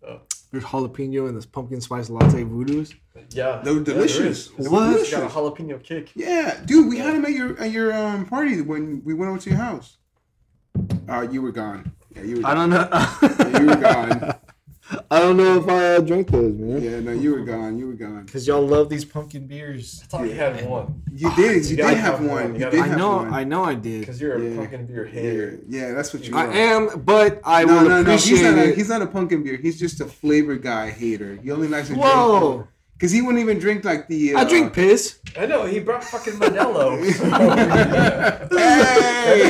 Speaker 1: So,
Speaker 3: There's jalapeno and this pumpkin spice latte voodoos.
Speaker 1: yeah,
Speaker 2: They were
Speaker 1: Yeah, there
Speaker 2: delicious.
Speaker 1: is.
Speaker 2: They were
Speaker 3: What?
Speaker 1: It's got a
Speaker 2: delicious.
Speaker 1: jalapeno kick.
Speaker 2: Yeah, dude, we had him at your at your um, party when we went over to your house. Uh, you were gone. Yeah, you were.
Speaker 3: I
Speaker 2: Gone.
Speaker 3: don't know.
Speaker 2: Yeah, you were gone.
Speaker 3: I don't know if I uh, drink those, man.
Speaker 2: Yeah, no, you were gone. You were gone.
Speaker 3: Cause y'all love these pumpkin beers.
Speaker 1: I thought you had one
Speaker 2: You did. You,
Speaker 1: You gotta
Speaker 2: did have
Speaker 1: have one.
Speaker 2: one.
Speaker 1: You
Speaker 2: You
Speaker 1: gotta-
Speaker 2: did
Speaker 3: I
Speaker 2: have
Speaker 3: know.
Speaker 2: one.
Speaker 3: I know. I did.
Speaker 1: because you're
Speaker 2: Yeah.
Speaker 1: a pumpkin beer
Speaker 2: yeah,
Speaker 1: hater.
Speaker 2: yeah, that's what you
Speaker 3: I
Speaker 2: are.
Speaker 3: am, but I
Speaker 2: no,
Speaker 3: will
Speaker 2: no, no. He's
Speaker 3: appreciate
Speaker 2: not, a,
Speaker 3: it.
Speaker 2: he's not a pumpkin beer. He's just a flavor guy hater. He only likes to drink.
Speaker 3: Whoa.
Speaker 2: Because he wouldn't even drink like the. Uh,
Speaker 3: I drink piss.
Speaker 1: I know he brought fucking Modelo.
Speaker 2: Hey,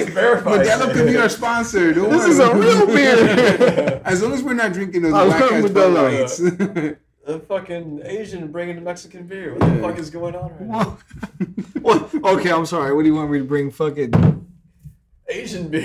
Speaker 1: That's verified.
Speaker 2: Modelo could be our sponsor. Don't
Speaker 3: This
Speaker 2: worry.
Speaker 3: is a real beer.
Speaker 2: As long as we're not drinking those
Speaker 3: I love
Speaker 2: black ass
Speaker 3: Modelo.
Speaker 2: Bud Lights.
Speaker 1: the fucking Asian bringing the Mexican beer. What the fuck is going on right now?
Speaker 3: What? Okay, I'm sorry. What do you want me to bring? Fucking.
Speaker 1: Asian beer.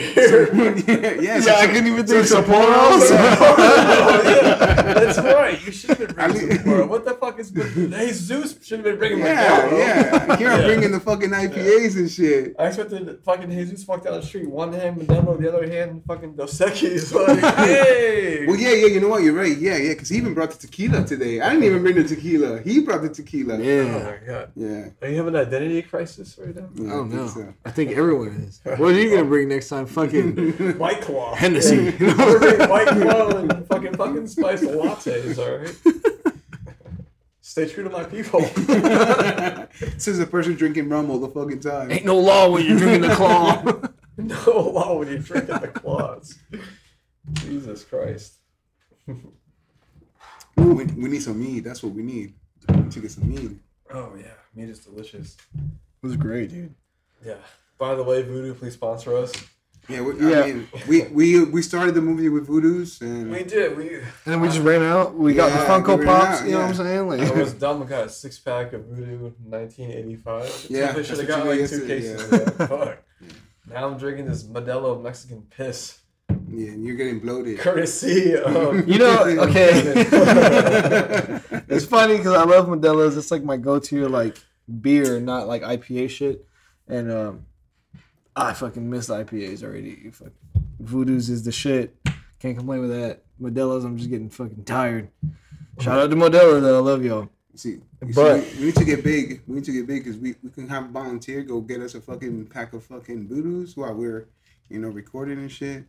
Speaker 2: yeah, yeah,
Speaker 3: Yeah, I
Speaker 2: so-
Speaker 3: couldn't even think Sapporo.
Speaker 1: Oh, yeah, that's right. You should have been
Speaker 2: I
Speaker 1: bringing
Speaker 2: mean-
Speaker 1: Sapporo. What the fuck is good? Hey, Zeus should have been bringing
Speaker 2: Yeah,
Speaker 1: Modelo.
Speaker 2: yeah. Here I'm
Speaker 1: Yeah.
Speaker 2: bringing the fucking IPAs and shit.
Speaker 1: I expected fucking Jesus walked down the street, one hand Modelo, the other hand fucking Dos Equis. Like, hey!
Speaker 2: Well, yeah, yeah. You know what? You're right. Yeah, yeah. Because he even brought the tequila today. I didn't even bring the tequila. He brought the tequila.
Speaker 1: Oh
Speaker 3: Yeah.
Speaker 1: my god.
Speaker 2: Yeah.
Speaker 1: Are you having an identity crisis right now?
Speaker 3: I
Speaker 2: don't
Speaker 3: don't
Speaker 2: think
Speaker 3: know.
Speaker 2: so.
Speaker 3: I think everyone is. What are you gonna bring next time? Fucking
Speaker 1: White Claw.
Speaker 3: Hennessy.
Speaker 1: We're drinking White Claw and fucking fucking spice lattes, alright? Stay true to my people.
Speaker 2: This is a person drinking rum all the fucking time.
Speaker 3: Ain't no law when you're drinking the claw.
Speaker 1: no law when you drink at the claws. Jesus Christ.
Speaker 2: We, we need some mead. That's what we need. We need to get some mead.
Speaker 1: Oh yeah, meat is delicious.
Speaker 3: was great, dude.
Speaker 1: Yeah. By the way, Voodoo, please sponsor us.
Speaker 2: Yeah, we, I
Speaker 3: Yeah.
Speaker 2: mean, we we we started the movie with voodoos and
Speaker 1: We did. We
Speaker 3: And then we just ran out. We got
Speaker 2: Yeah,
Speaker 3: the
Speaker 2: we
Speaker 3: Funko
Speaker 2: ran
Speaker 3: Pops.
Speaker 2: out,
Speaker 3: you know
Speaker 2: yeah.
Speaker 3: what I'm saying? Like,
Speaker 1: I was dumb and got a six pack of Voodoo 1985.
Speaker 2: Yeah,
Speaker 1: they
Speaker 2: that's
Speaker 1: should have
Speaker 2: what
Speaker 1: got
Speaker 2: you
Speaker 1: like
Speaker 2: get
Speaker 1: two
Speaker 2: to-
Speaker 1: cases.
Speaker 2: yeah.
Speaker 1: of that. Fuck. Now I'm drinking this Modelo Mexican piss,
Speaker 2: yeah, and you're getting bloated.
Speaker 1: courtesy of.
Speaker 3: you know, okay. It's funny because I love Modelo's. It's like my go-to like beer, not like IPA shit. And um, I fucking miss IPAs already. You Fuck, Voodoo's is the shit. Can't complain with that. Modelo's, I'm just getting fucking tired. Shout out to Modelo though. I love y'all.
Speaker 2: See, you
Speaker 3: But-
Speaker 2: see, we need to get big. We need to get big because we, we can have a volunteer go get us a fucking pack of fucking voodoos while we're, you know, recording and shit.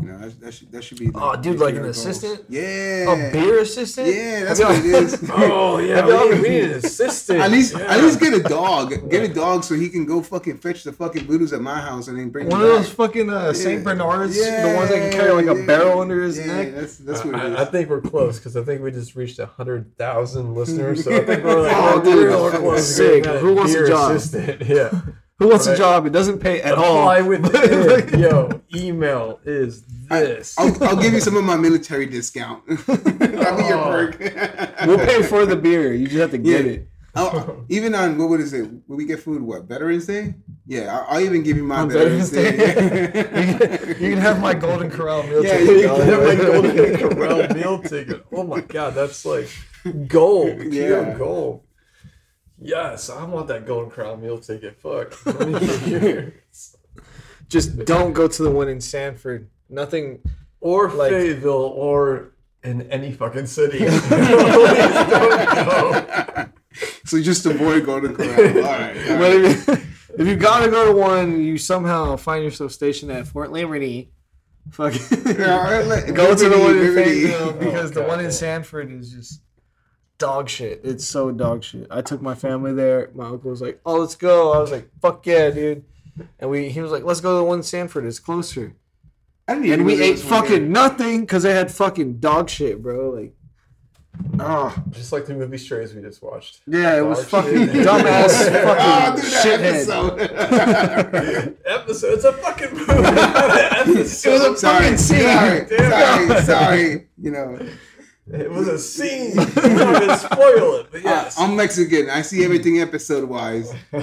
Speaker 2: You know, that, that should that should be.
Speaker 3: Oh, dude,
Speaker 2: one
Speaker 3: like
Speaker 2: of
Speaker 3: an
Speaker 2: our goals.
Speaker 3: assistant? A
Speaker 2: Yeah.
Speaker 3: beer assistant?
Speaker 2: Yeah, that's
Speaker 3: Have
Speaker 2: what it
Speaker 3: y'all-
Speaker 2: is.
Speaker 1: Oh yeah,
Speaker 3: Have
Speaker 1: we
Speaker 3: y'all-
Speaker 1: need, we need an assistant.
Speaker 2: At least,
Speaker 1: yeah.
Speaker 2: at least get a dog. Get a dog so he can go fucking fetch the fucking voodoos at my house and then bring
Speaker 3: One of
Speaker 2: them
Speaker 3: those
Speaker 2: back.
Speaker 3: fucking uh, Saint
Speaker 2: Yeah.
Speaker 3: Bernards,
Speaker 2: Yeah,
Speaker 3: the ones that can carry like a
Speaker 2: yeah,
Speaker 3: barrel under his
Speaker 2: yeah,
Speaker 3: neck.
Speaker 2: That's that's what it
Speaker 1: I,
Speaker 2: is.
Speaker 1: I think we're close because I think we just reached hundred thousand listeners. So I think we're like,
Speaker 3: Oh,
Speaker 1: we're
Speaker 3: dude,
Speaker 1: real
Speaker 3: that's
Speaker 1: close to
Speaker 3: sick.
Speaker 1: getting that
Speaker 3: Who wants a
Speaker 1: beer
Speaker 3: job? Oh.
Speaker 1: Assistant. Yeah.
Speaker 3: Who wants a
Speaker 1: Right.
Speaker 3: job? It doesn't pay at all.
Speaker 1: Apply with it. Yo, email is this.
Speaker 2: I'll, I'll give you some of my military discount. That'll be your
Speaker 1: Oh.
Speaker 2: perk.
Speaker 3: We'll pay for the beer. You just have to get
Speaker 2: Yeah.
Speaker 3: it.
Speaker 2: I'll, even on what would is it? When we get food, what Veterans Day? Yeah, I'll, I'll even give you my
Speaker 3: On
Speaker 2: Veterans,
Speaker 3: Veterans
Speaker 2: Day.
Speaker 3: You can have my Golden Corral meal
Speaker 2: Yeah,
Speaker 3: ticket.
Speaker 2: you can
Speaker 1: Yeah, like Golden Corral meal ticket. Oh my god, that's like gold, pure
Speaker 2: Yeah.
Speaker 1: gold. Yes, I want that Golden Corral meal ticket. Fuck. Let me get here.
Speaker 3: Just don't go to the one in Sanford. Nothing.
Speaker 1: or
Speaker 3: Like-
Speaker 1: Fayetteville, or in any fucking city. Please don't go.
Speaker 2: so just avoid Golden Corral. All right. All
Speaker 3: But
Speaker 2: right.
Speaker 3: if, if you gotta go to one, you somehow find yourself stationed at Fort Liberty. Fuck.
Speaker 2: Yeah, all right, let-
Speaker 3: go to the one in
Speaker 2: Liberty, Oh,
Speaker 3: Fayetteville
Speaker 2: Liberty.
Speaker 3: because the
Speaker 1: God,
Speaker 3: one in
Speaker 1: yeah.
Speaker 3: Sanford is just dog shit. It's so dog shit. I took my family there. My uncle was like, "Oh, let's go." I was like, "Fuck yeah, dude!" And we he was like, "Let's go to the one in Sanford. It's closer."
Speaker 2: I didn't even
Speaker 3: And
Speaker 2: know
Speaker 3: we
Speaker 2: there
Speaker 3: ate
Speaker 2: was one
Speaker 3: fucking
Speaker 2: there.
Speaker 3: nothing because they had fucking dog shit, bro. Like, ah,
Speaker 1: Just like the movie Strays we just watched.
Speaker 3: yeah, it was
Speaker 1: Dog
Speaker 3: fucking
Speaker 1: shit.
Speaker 3: dumbass
Speaker 2: Ah,
Speaker 3: fucking
Speaker 2: dude, that
Speaker 3: shithead.
Speaker 2: episode.
Speaker 1: Episode. It's a fucking movie. Episode.
Speaker 3: It was a
Speaker 2: sorry,
Speaker 3: fucking scene.
Speaker 2: sorry,
Speaker 1: Damn.
Speaker 2: sorry, sorry. You know,
Speaker 1: It was a Uh, scene. I'm not gonna spoil it, but yes.
Speaker 2: I, am Mexican. I see everything episode wise.
Speaker 1: uh,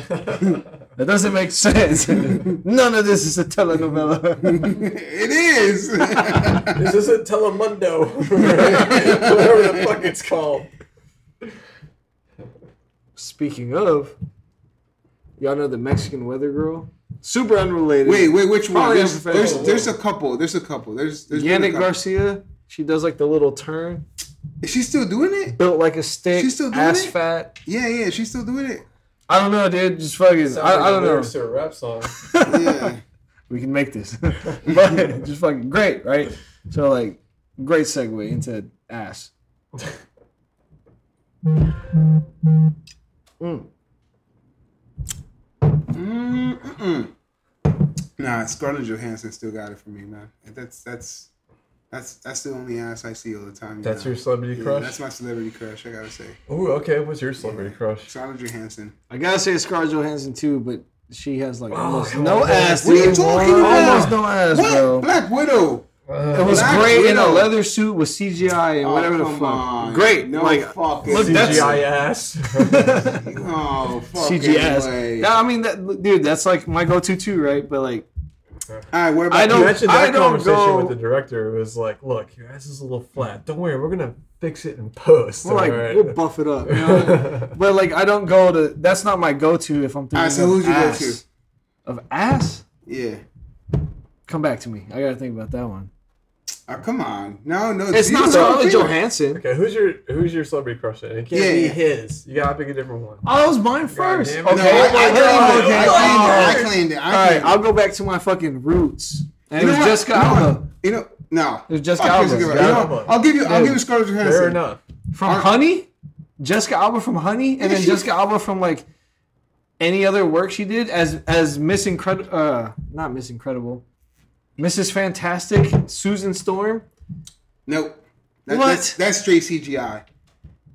Speaker 3: That doesn't make sense. None of this is a telenovela.
Speaker 2: it is.
Speaker 1: Is this a Telemundo? Whatever the fuck it's called.
Speaker 3: Speaking of, y'all know the Mexican weather girl? Super unrelated.
Speaker 2: wait, wait, which one?
Speaker 3: Probably
Speaker 2: There's,
Speaker 3: unprofessional.
Speaker 2: there's, there's a couple. There's a couple. There's, there's been a
Speaker 3: Yannick
Speaker 2: couple.
Speaker 3: Garcia, she does like the little turn,
Speaker 2: Is she still doing it?
Speaker 3: built like a stick,
Speaker 2: She's still doing
Speaker 3: ass
Speaker 2: it?
Speaker 3: fat.
Speaker 2: Yeah, yeah, she's still doing it.
Speaker 3: I don't know, dude. Just fucking,
Speaker 1: Sounds
Speaker 3: I,
Speaker 1: like
Speaker 3: I
Speaker 1: the
Speaker 3: don't know.
Speaker 1: lyrics to a rap song.
Speaker 2: Yeah.
Speaker 3: we can make this. but just fucking great, right? So like great segue into ass.
Speaker 2: Mm-mm. Nah, Scarlett Johansson still got it for me, man. That's that's That's that's the only ass I see all the time. you
Speaker 1: That's
Speaker 2: know.
Speaker 1: your celebrity
Speaker 2: Yeah,
Speaker 1: crush?
Speaker 2: That's my celebrity crush. I gotta say,
Speaker 1: Ooh, okay. What's your celebrity crush?
Speaker 2: Scarlett Johansson.
Speaker 3: I gotta say Scarlett Johansson too, but she has like
Speaker 1: Oh,
Speaker 3: almost
Speaker 1: come
Speaker 3: no
Speaker 1: on.
Speaker 3: ass.
Speaker 2: What are you
Speaker 3: dude.
Speaker 2: talking about?
Speaker 3: Almost no ass,
Speaker 2: What?
Speaker 3: bro.
Speaker 2: Black Widow.
Speaker 3: It was
Speaker 1: Uh,
Speaker 2: Black
Speaker 3: great in a
Speaker 2: Widow.
Speaker 3: leather suit with CGI and
Speaker 2: Oh,
Speaker 3: whatever the
Speaker 2: come
Speaker 3: fuck.
Speaker 2: on.
Speaker 3: Great.
Speaker 2: No
Speaker 3: like,
Speaker 2: fucking
Speaker 3: look, that's-
Speaker 1: CGI ass.
Speaker 2: Oh, fucking way.
Speaker 3: CGS. No, I mean, that, dude, that's like my go-to too, right? But like,
Speaker 2: All right, what about
Speaker 3: I
Speaker 1: I
Speaker 3: don't-
Speaker 1: mentioned that
Speaker 3: I don't
Speaker 1: conversation
Speaker 3: go-
Speaker 1: with the director. It was like, look, your ass is a little flat. Don't worry, we're gonna fix it in post.
Speaker 3: we're like,
Speaker 1: alright?"
Speaker 3: we'll buff it up. You know? but like, I don't go to. That's not my go-to if I'm thinking
Speaker 2: Alright, so
Speaker 3: of
Speaker 2: who's your
Speaker 3: ass.
Speaker 2: go-to?
Speaker 3: Of ass?
Speaker 2: Yeah.
Speaker 3: Come back to me. I gotta think about that one.
Speaker 2: Oh, come on. No, no.
Speaker 3: It's
Speaker 2: these
Speaker 3: not
Speaker 2: are
Speaker 3: Scarlett
Speaker 2: favorite.
Speaker 3: Johansson.
Speaker 1: okay, who's your who's your celebrity crush? Then? It can't be
Speaker 2: Yeah.
Speaker 1: his. You gotta pick a different one.
Speaker 3: Oh, it was mine first.
Speaker 1: damn
Speaker 3: Okay,
Speaker 1: it.
Speaker 2: No, I,
Speaker 1: Oh
Speaker 2: I,
Speaker 1: my God.
Speaker 2: claimed it. I claimed
Speaker 3: Oh.
Speaker 2: it. I claimed it. I
Speaker 3: All right,
Speaker 2: claimed it.
Speaker 3: I'll go back to my fucking roots. And
Speaker 2: You
Speaker 3: it
Speaker 2: know
Speaker 3: was
Speaker 2: what? You
Speaker 3: Jessica
Speaker 2: know
Speaker 3: Alba
Speaker 2: what? You know, no.
Speaker 3: It was Jessica
Speaker 2: Fuck
Speaker 3: Alba.
Speaker 2: Jessica
Speaker 3: Yeah.
Speaker 2: You know what? I'll give you. I'll
Speaker 3: Dude.
Speaker 2: give you Scarlett Johansson.
Speaker 1: Fair enough.
Speaker 3: from
Speaker 2: Aren't-
Speaker 3: Honey, Jessica Alba from Honey, and then
Speaker 2: she-
Speaker 3: Jessica Alba from like any other work she did as as Miss Incredible, uh, not Miss Incredible, Mrs. Fantastic, Susan Storm.
Speaker 2: Nope. That,
Speaker 3: What?
Speaker 2: That's, that's straight CGI.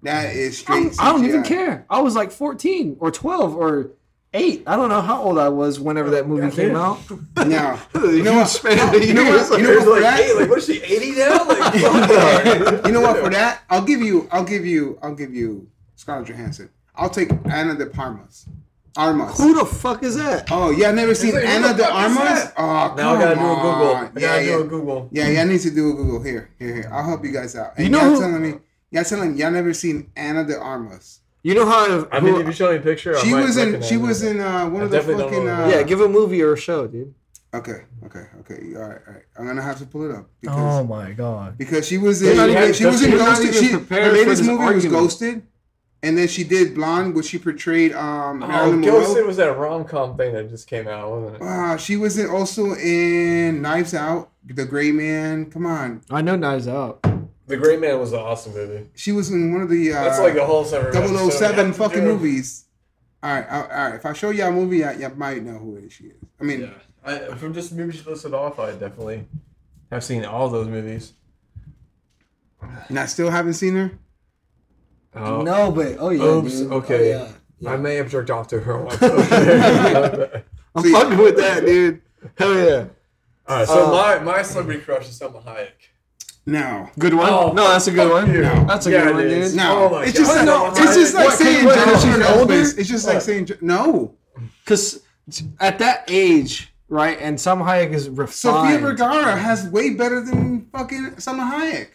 Speaker 2: That is straight.
Speaker 3: I'm- I don't even
Speaker 2: CGI.
Speaker 3: care. I was like 14 or 12 or eight. I don't know how old I was whenever that movie
Speaker 1: God
Speaker 3: came
Speaker 1: damn.
Speaker 3: out.
Speaker 2: No.
Speaker 3: You know what? You know what?
Speaker 2: You know
Speaker 1: There's
Speaker 2: what? For
Speaker 1: like, hey,
Speaker 2: that,
Speaker 1: like, what is she, 80 now? Like, fuck.
Speaker 2: you know what? For that, I'll give you. I'll give you. I'll give you Scarlett Johansson. I'll take Anna de Parmas. Armas.
Speaker 3: Who the fuck is that?
Speaker 2: Oh, yeah, I've never seen
Speaker 1: like, who
Speaker 2: Anna
Speaker 1: the
Speaker 2: de
Speaker 1: fuck is
Speaker 2: Armas.
Speaker 1: that?
Speaker 2: Oh,
Speaker 1: Now I
Speaker 2: come
Speaker 1: gotta do a Google. I
Speaker 2: on.
Speaker 1: gotta
Speaker 2: Yeah, yeah.
Speaker 1: do a Google.
Speaker 2: Yeah, yeah, I need to do a Google. Here, here, here. I'll help you guys out. And
Speaker 3: You
Speaker 2: you
Speaker 3: know
Speaker 2: all
Speaker 3: who-
Speaker 2: telling me, y'all telling me y'all never seen Anna de Armas.
Speaker 3: You know how? I,
Speaker 1: I mean, if you show me a picture, I
Speaker 2: She
Speaker 1: might
Speaker 2: was in.
Speaker 1: recognize
Speaker 2: She
Speaker 1: it.
Speaker 2: was in uh, one
Speaker 1: I
Speaker 2: of the
Speaker 1: definitely don't
Speaker 2: fucking.
Speaker 1: know
Speaker 2: Uh,
Speaker 1: who it
Speaker 3: yeah, give a movie or a show, dude.
Speaker 2: Okay, okay, okay. All right, all right. I'm gonna have to pull it up because
Speaker 3: Oh my god.
Speaker 2: because she was
Speaker 3: They're
Speaker 2: in.
Speaker 3: not even-
Speaker 2: she was in
Speaker 3: they're not
Speaker 2: Ghosted.
Speaker 3: even
Speaker 2: She,
Speaker 3: prepared
Speaker 2: her
Speaker 3: for
Speaker 2: latest
Speaker 3: this
Speaker 2: movie was
Speaker 3: argument.
Speaker 2: Ghosted, and then she did Blonde, which she portrayed um,
Speaker 1: Oh,
Speaker 2: Marilyn Monroe.
Speaker 1: Ghosted was that rom com thing that just came out, wasn't it?
Speaker 2: Uh, she was in, also in Knives Out, The Gray Man. Come on,
Speaker 3: I know Knives Out.
Speaker 1: The Great Man was an awesome movie.
Speaker 2: she was in one of the. Uh,
Speaker 1: That's like a whole separate episode.
Speaker 2: 007
Speaker 1: Yeah,
Speaker 2: fucking
Speaker 1: dude.
Speaker 2: movies. All right, all all right. If I show y'all a movie, y'all, y'all might know who it is. She is. I mean,
Speaker 1: Yeah, I, from just movies you listed off, I definitely have seen all those movies.
Speaker 2: and I still haven't seen her.
Speaker 1: Oh,
Speaker 3: No, but oh yeah.
Speaker 1: Oops,
Speaker 3: dude.
Speaker 1: okay.
Speaker 3: Oh, yeah.
Speaker 1: I may have jerked off to her once. Alright,
Speaker 3: I'm
Speaker 2: See-
Speaker 3: fucking with that, dude. Hell yeah.
Speaker 1: so
Speaker 3: Uh,
Speaker 1: my, my celebrity crush is Selma Hayek.
Speaker 2: No,
Speaker 3: Good one.
Speaker 1: Oh,
Speaker 3: no, that's a good
Speaker 1: fuck
Speaker 3: one.
Speaker 1: you.
Speaker 3: That's a
Speaker 1: Yeah,
Speaker 3: good
Speaker 1: it
Speaker 3: one,
Speaker 1: is.
Speaker 3: dude.
Speaker 2: no.
Speaker 1: Oh my
Speaker 2: it's just
Speaker 1: God.
Speaker 2: like,
Speaker 1: No,
Speaker 2: it's just like
Speaker 3: what,
Speaker 2: saying
Speaker 3: what,
Speaker 2: Jennifer
Speaker 3: because she's
Speaker 2: Lopez.
Speaker 3: older?
Speaker 2: It's just like saying Je- no.
Speaker 3: Because at that age, right, and Sam Hayek is
Speaker 2: Sofia
Speaker 3: refined.
Speaker 2: Vergara has way better than fucking Selma Hayek.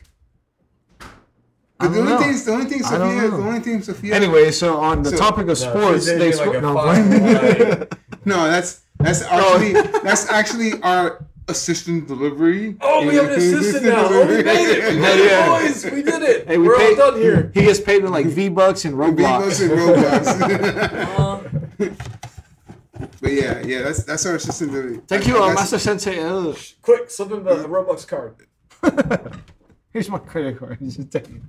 Speaker 2: The,
Speaker 3: I
Speaker 2: the
Speaker 3: don't
Speaker 2: only
Speaker 3: know.
Speaker 2: thing, the only thing,
Speaker 3: I don't
Speaker 2: Sophia, the
Speaker 3: know.
Speaker 2: only thing, Sophia.
Speaker 3: Anyway, so on the
Speaker 2: So-
Speaker 3: topic of
Speaker 1: No, she's
Speaker 3: sports, they
Speaker 1: dating, like,
Speaker 3: sw-
Speaker 1: a
Speaker 3: no,
Speaker 1: five-one.
Speaker 2: No, that's that's actually that's actually our assistant delivery.
Speaker 1: Oh, we have an assistant now. Oh, we made it. We made
Speaker 3: Yeah.
Speaker 1: it, boys. We did it.
Speaker 3: Hey, we
Speaker 1: we are
Speaker 3: paid-
Speaker 1: all done here.
Speaker 3: he gets paid with like V bucks and
Speaker 2: Beagles
Speaker 3: Roblox.
Speaker 2: and Roblox.
Speaker 1: Uh,
Speaker 2: but yeah, yeah, that's that's our assistant delivery.
Speaker 3: Thank you, uh,
Speaker 2: That's-
Speaker 3: Master Sensei. Oh,
Speaker 1: quick, slip him the Roblox card.
Speaker 3: here's my credit card. Just take it.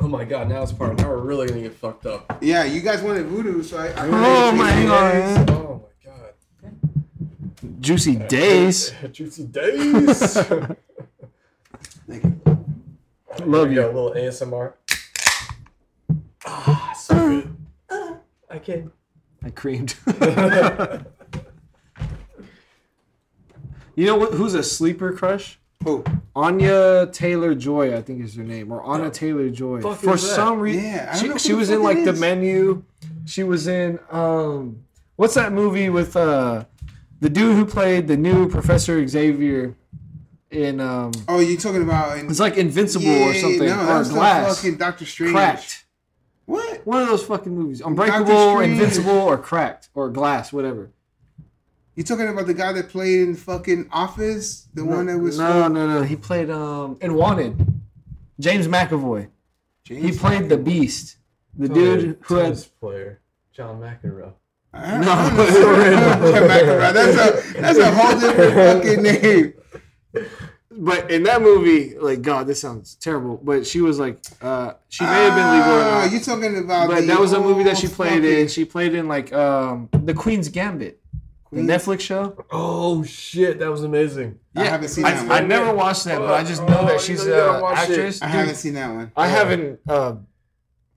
Speaker 1: Oh my god, now it's part. Now we're really gonna get fucked up.
Speaker 2: Yeah, you guys wanted voodoo, so I. I
Speaker 3: Oh, my
Speaker 1: Days.
Speaker 3: God.
Speaker 1: Oh my god.
Speaker 3: Juicy days.
Speaker 1: Juicy days.
Speaker 2: Thank you.
Speaker 1: Here
Speaker 3: Love
Speaker 1: we
Speaker 3: you.
Speaker 1: go, A little ASMR. Ah, so good. I can.
Speaker 3: I creamed. you know what? Who's a sleeper crush?
Speaker 2: Oh,
Speaker 3: Anya Taylor Joy, I think is her name, or Anna Taylor Joy.
Speaker 1: fuck
Speaker 3: For
Speaker 1: is that?
Speaker 3: some reason,
Speaker 2: Yeah, I don't know
Speaker 3: she,
Speaker 2: who
Speaker 3: she
Speaker 2: the
Speaker 3: was
Speaker 2: fuck
Speaker 3: in
Speaker 2: it
Speaker 3: like the
Speaker 2: is.
Speaker 3: menu. She was in um, what's that movie with uh, the dude who played the new Professor Xavier in um,
Speaker 2: oh, you talking about? And,
Speaker 3: it's like Invincible or something
Speaker 2: No, that
Speaker 3: or
Speaker 2: was the
Speaker 3: Glass,
Speaker 2: fucking Doctor Strange.
Speaker 3: Cracked.
Speaker 2: What?
Speaker 3: One of those fucking movies, Unbreakable,
Speaker 2: Strange.
Speaker 3: Invincible, or Cracked or Glass, whatever.
Speaker 2: You talking about the guy that played in fucking Office? The one that was
Speaker 3: no, no, no. He played um in Wanted, James McAvoy. He
Speaker 2: James?
Speaker 3: played the Beast, the dude who had
Speaker 1: tennis player John McEnroe.
Speaker 2: I don't know. McEnroe. That's a that's a whole different fucking name.
Speaker 3: But in that movie, like God, this sounds terrible. But she was like, uh, she may have been legal or
Speaker 2: Ah,
Speaker 3: not.
Speaker 2: You talking about?
Speaker 3: but
Speaker 2: the
Speaker 3: that was a movie that she
Speaker 2: old
Speaker 3: played
Speaker 2: fucking
Speaker 3: in. She played in like um, the Queen's Gambit,
Speaker 2: Queen-
Speaker 3: the Netflix show.
Speaker 1: Oh shit, that was amazing.
Speaker 2: I
Speaker 3: Yeah.
Speaker 2: haven't seen that one.
Speaker 3: I, I never watched that, but I just know
Speaker 1: Oh,
Speaker 3: that she's
Speaker 1: you gotta
Speaker 3: an
Speaker 1: watch it.
Speaker 3: actress.
Speaker 2: I
Speaker 3: Dude,
Speaker 2: haven't seen that one.
Speaker 3: I haven't. Uh,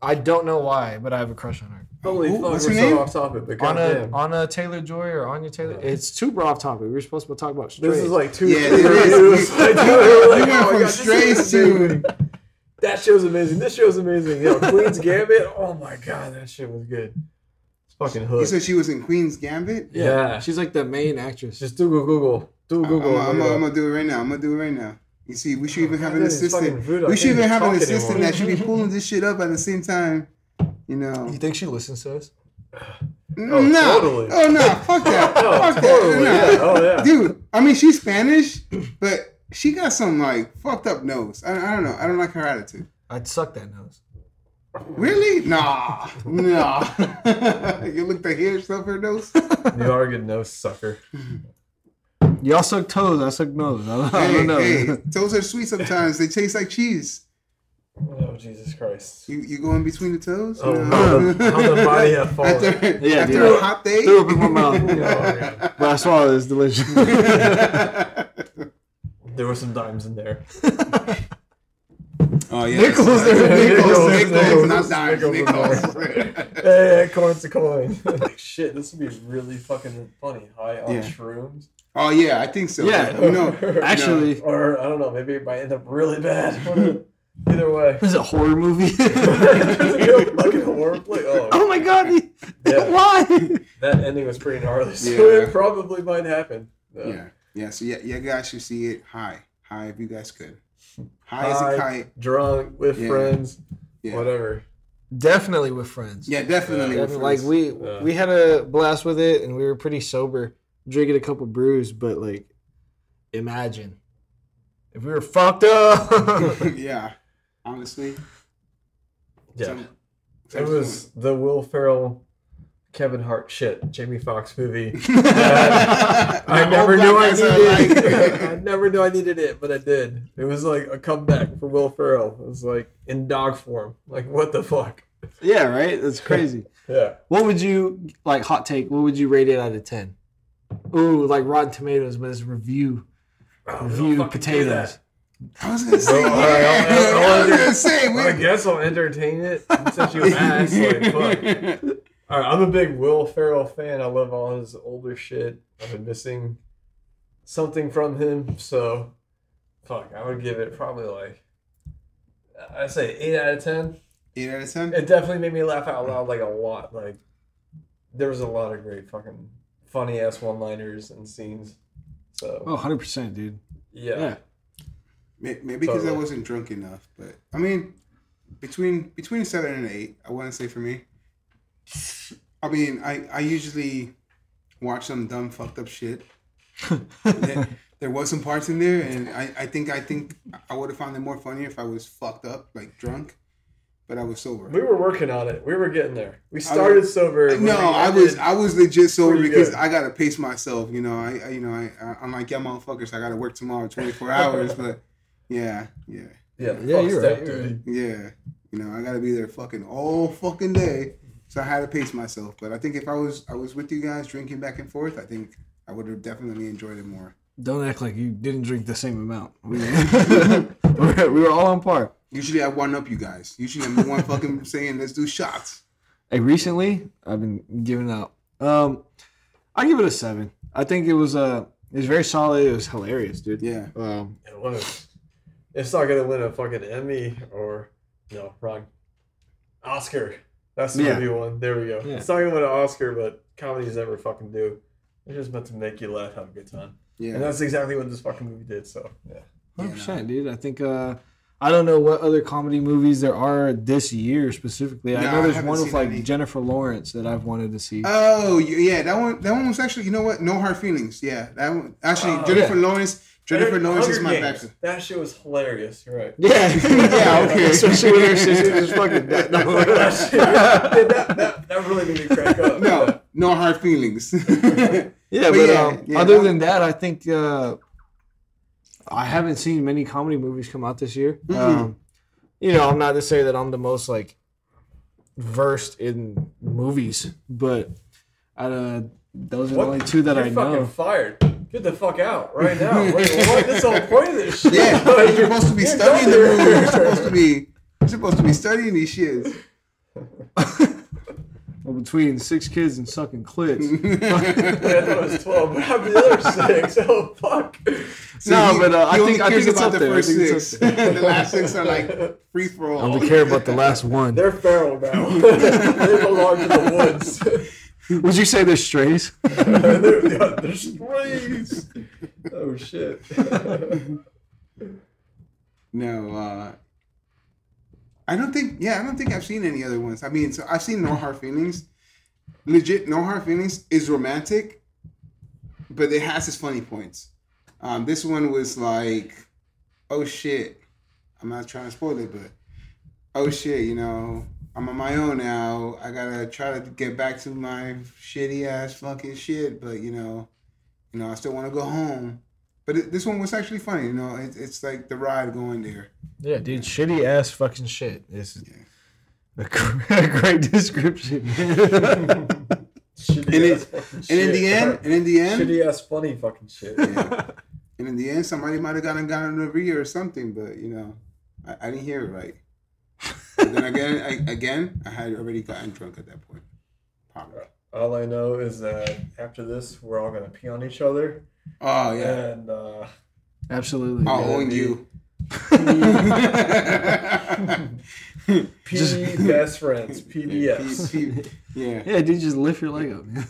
Speaker 3: I don't know why, but I have a crush on her.
Speaker 1: Holy
Speaker 2: Who-
Speaker 1: fuck, we're
Speaker 2: what's
Speaker 1: so
Speaker 2: her name?
Speaker 1: off topic. But
Speaker 3: Anna,
Speaker 1: goddamn.
Speaker 3: Anna Taylor Joy or Anya Taylor? It's super off topic. We were supposed to talk about straight.
Speaker 1: This is like two.
Speaker 2: Yeah, it is.
Speaker 1: reviews. Like, dude, we're
Speaker 2: We
Speaker 1: like, oh
Speaker 2: went
Speaker 1: my
Speaker 2: from
Speaker 1: God, this
Speaker 2: strays
Speaker 1: is amazing.
Speaker 2: to
Speaker 1: That show's amazing. This show's amazing. Yo, Queen's Gambit. Oh my god, that shit was good. It's fucking
Speaker 2: You
Speaker 1: hooked.
Speaker 2: said she was in Queen's Gambit.
Speaker 1: Yeah.
Speaker 3: she's like the main actress.
Speaker 1: Just Google Google. Do a
Speaker 2: I'm
Speaker 1: Google.
Speaker 2: gonna do it right now. I'm gonna do it right now. You see, we should even have an
Speaker 1: That is fucking
Speaker 2: assistant.
Speaker 1: rude. I
Speaker 2: We should
Speaker 1: can't
Speaker 2: even
Speaker 1: even
Speaker 2: have an
Speaker 1: talk
Speaker 2: assistant
Speaker 1: anymore.
Speaker 2: that should be pulling this shit up at the same time. You know.
Speaker 3: you think she listens to us?
Speaker 2: Oh, no.
Speaker 1: totally.
Speaker 2: Oh no, fuck that.
Speaker 1: No,
Speaker 2: fuck
Speaker 1: totally.
Speaker 2: that.
Speaker 1: Yeah.
Speaker 2: No.
Speaker 1: Oh yeah.
Speaker 2: Dude, I mean she's Spanish, but she got some like fucked up nose. I, I don't know. I don't like her attitude.
Speaker 3: I'd suck that nose.
Speaker 2: Really? Nah. Nah. you looked at here stuff her nose?
Speaker 1: You are a good nose sucker.
Speaker 3: Y'all suck toes. I suck nose. I don't, I
Speaker 2: Hey,
Speaker 3: don't know.
Speaker 2: hey, toes are sweet sometimes. They taste like cheese.
Speaker 1: Oh Jesus Christ.
Speaker 2: You you go in between the toes?
Speaker 1: Oh, how the- how the body have fallen.
Speaker 2: After,
Speaker 3: Yeah,
Speaker 2: after
Speaker 3: dude.
Speaker 2: a hot day.
Speaker 3: Threw up in my mouth.
Speaker 1: Oh, yeah.
Speaker 3: But I swallowed it. It's delicious.
Speaker 1: There were some dimes in there.
Speaker 2: oh yeah.
Speaker 3: Nickels,
Speaker 2: Nickels,
Speaker 3: they're
Speaker 1: nickels,
Speaker 2: nickels,
Speaker 1: nickels,
Speaker 2: not dimes,
Speaker 1: nickels.
Speaker 2: nickels.
Speaker 1: Hey, coin's a coin. Like, Shit, this would be really fucking funny. High on
Speaker 2: Yeah.
Speaker 1: shrooms.
Speaker 2: Oh yeah, I think so.
Speaker 3: Yeah.
Speaker 2: you know,
Speaker 3: Actually,
Speaker 1: Or I don't know, maybe it might end up really bad. Either way.
Speaker 3: this is a horror movie.
Speaker 1: fucking horror play.
Speaker 3: oh
Speaker 1: Oh,
Speaker 3: my god! he-
Speaker 1: Yeah.
Speaker 3: Why?
Speaker 1: that ending was pretty gnarly, so
Speaker 2: Yeah.
Speaker 1: it probably might happen. Uh,
Speaker 2: yeah, yeah. So yeah, you guys should see it. High, high if you guys could. High, as
Speaker 1: High.
Speaker 2: a kite.
Speaker 1: Drunk with
Speaker 2: Yeah.
Speaker 1: friends,
Speaker 2: Yeah.
Speaker 1: whatever.
Speaker 3: Definitely with friends.
Speaker 2: Yeah, definitely.
Speaker 3: Yeah,
Speaker 2: with
Speaker 3: like
Speaker 2: friends.
Speaker 3: we
Speaker 1: Yeah.
Speaker 3: we had a blast with it and we were pretty sober drinking a couple brews but like imagine if we were fucked up
Speaker 2: yeah, honestly.
Speaker 1: Yeah,
Speaker 2: some-
Speaker 1: it was the Will Ferrell, Kevin Hart shit, Jamie Foxx movie. I
Speaker 2: All
Speaker 1: never knew I
Speaker 2: black guys are
Speaker 1: needed.
Speaker 2: alike.
Speaker 1: I never knew I needed it, but I did. It was like a comeback for Will Ferrell. It was like in dog form. Like what the fuck?
Speaker 3: yeah right that's crazy
Speaker 1: Yeah.
Speaker 3: what would you like hot take what would you rate it out of 10 ooh like rotten tomatoes but it's review
Speaker 1: Oh, don't
Speaker 3: review
Speaker 1: fucking do that.
Speaker 3: potatoes
Speaker 2: I was gonna say.
Speaker 1: No, all right,
Speaker 2: yeah.
Speaker 1: I'll- I'll-
Speaker 2: I was
Speaker 1: I'll-
Speaker 2: gonna say. we-
Speaker 1: I guess I'll entertain it since you asked. Like, fuck. All right, I'm a big Will Ferrell fan. I love all his older shit. I've been missing something from him, so fuck. I would give it probably like I would say eight out of ten.
Speaker 2: Eight out of ten.
Speaker 1: It definitely made me laugh out loud like a lot. Like there was a lot of great fucking funny ass one liners and scenes. So
Speaker 3: oh 100% dude
Speaker 1: yeah.
Speaker 3: yeah.
Speaker 2: May- Maybe because I
Speaker 1: Totally.
Speaker 2: wasn't drunk enough, but I mean, between between seven and eight, I wouldn't say for me. I mean, I I usually watch some dumb fucked up shit. there, there was some parts in there, and I I think I think I would have found it more funny if I was fucked up, like drunk, but I was sober.
Speaker 1: we were working on it. We were getting there. We started sober. but
Speaker 2: No,
Speaker 1: we
Speaker 2: I was
Speaker 1: ended-
Speaker 2: I was legit sober
Speaker 1: Pretty
Speaker 2: because
Speaker 1: good.
Speaker 2: I gotta pace myself. You know, I, I you know I, I I'm like yeah, motherfuckers, I gotta work tomorrow, twenty four hours. But yeah, yeah,
Speaker 1: yeah,
Speaker 3: Yeah,
Speaker 1: fuck
Speaker 3: you're
Speaker 1: step
Speaker 3: right,
Speaker 1: duty.
Speaker 3: you're right.
Speaker 2: yeah. You know, I gotta be there fucking all fucking day. So I had to pace myself. But I think if I was I was with you guys drinking back and forth, I think I would have definitely enjoyed it more.
Speaker 3: don't act like you didn't drink the same amount we were, we were all on par
Speaker 2: Usually I one up you guys. Usually I'm the one fucking saying let's do shots.
Speaker 3: Hey, recently I've been giving out. Um, I give it a seven. I think it was uh, it was very solid. It was hilarious, dude.
Speaker 2: Yeah.
Speaker 3: Um,
Speaker 1: It was. It's not gonna win a fucking Emmy or no, wrong. Oscar. That's the
Speaker 3: Yeah.
Speaker 1: movie one. There we go.
Speaker 3: Yeah.
Speaker 1: It's not gonna win an Oscar, but comedies never fucking do. They're just meant to make you laugh, have a good time,
Speaker 2: Yeah.
Speaker 1: and that's exactly what this fucking movie did. So yeah,
Speaker 2: Yeah,
Speaker 3: hundred percent, Oh, dude. I think uh, I don't know what other comedy movies there are this year specifically. I
Speaker 2: No,
Speaker 3: know
Speaker 2: I
Speaker 3: there's
Speaker 2: haven't
Speaker 3: one with
Speaker 2: seen
Speaker 3: like
Speaker 2: any.
Speaker 3: Jennifer Lawrence that I've wanted to see.
Speaker 2: Oh y- yeah, that one. That one was actually. You know what? No hard feelings. Yeah, that one. Actually,
Speaker 1: Oh,
Speaker 2: Jennifer Lawrence. Jennifer
Speaker 1: Hunger
Speaker 2: Lawrence is my
Speaker 1: Games.
Speaker 2: backup.
Speaker 1: That shit was hilarious. You're right.
Speaker 3: yeah,
Speaker 2: Yeah, okay.
Speaker 3: Especially when her sister's fucking dead. No.
Speaker 1: that, shit, yeah, that,
Speaker 3: uh,
Speaker 1: that, that really made me crack up.
Speaker 2: No, no hard feelings. yeah,
Speaker 3: Yeah,
Speaker 2: But
Speaker 3: but,
Speaker 2: yeah,
Speaker 3: um,
Speaker 2: yeah,
Speaker 3: other
Speaker 2: that-
Speaker 3: than that, I think uh, I haven't seen many comedy movies come out this year.
Speaker 2: Mm-hmm.
Speaker 3: Um, you know, I'm not to say that I'm the most like versed in movies, but out of those are
Speaker 1: What?
Speaker 3: the only two that
Speaker 1: You're
Speaker 3: I
Speaker 1: fucking
Speaker 3: know.
Speaker 1: fired. Get the fuck out right now. Wait, what? That's the whole point of this shit.
Speaker 2: Yeah,
Speaker 1: Like,
Speaker 2: you're supposed to be
Speaker 1: you're
Speaker 2: studying the
Speaker 1: done
Speaker 2: movie.
Speaker 1: here.
Speaker 2: You're supposed to be. You're supposed to be studying these shits.
Speaker 3: Well, between six kids and sucking clits.
Speaker 1: Wait, I thought it was 12, but I'm the other six. Oh, fuck.
Speaker 3: No,
Speaker 2: he-
Speaker 3: but, uh,
Speaker 2: he
Speaker 3: I
Speaker 2: only
Speaker 3: think- I
Speaker 2: cares
Speaker 3: think it's
Speaker 2: about
Speaker 3: up
Speaker 2: the
Speaker 3: there. I
Speaker 2: first
Speaker 3: think it's
Speaker 2: six.
Speaker 3: up
Speaker 2: the last six are like free for
Speaker 3: I
Speaker 2: all.
Speaker 3: don't care about the last one.
Speaker 1: They're feral now. they belong to the woods.
Speaker 3: Would you say they're strays?
Speaker 1: they're, they're, they're strays. Oh, shit.
Speaker 2: No, uh, I don't think. Yeah, I don't think I've seen any other ones. I mean, so I've seen No Hard Feelings. Legit, No Hard Feelings is romantic, but it has its funny points. Um, this one was like, oh shit, I'm not trying to spoil it, but oh shit, you know, I'm on my own now. I gotta try to get back to my shitty ass fucking shit, but you know, you know, I still want to go home. But it, this one was actually funny, you know. It, it's like the ride going there.
Speaker 3: Yeah, dude, shitty ass fucking shit. This is a gr- a great description.
Speaker 1: Shitty
Speaker 2: And it-
Speaker 1: ass fucking shit.
Speaker 2: And in the end, and in the end,
Speaker 1: Shitty ass funny fucking shit.
Speaker 2: yeah. and in the end, somebody might have gotten gotten an review or something, but you know, I, I didn't hear it right. But then again, I, again, I had already gotten drunk at that point. Probably.
Speaker 1: All I know is that after this, we're all going to pee on each other.
Speaker 2: Oh yeah,
Speaker 1: And, uh,
Speaker 3: Absolutely.
Speaker 2: I'll
Speaker 3: dude.
Speaker 2: own you.
Speaker 1: P best friends, PBS.
Speaker 2: P- P- yeah.
Speaker 3: Yeah, dude, just lift your leg up, man.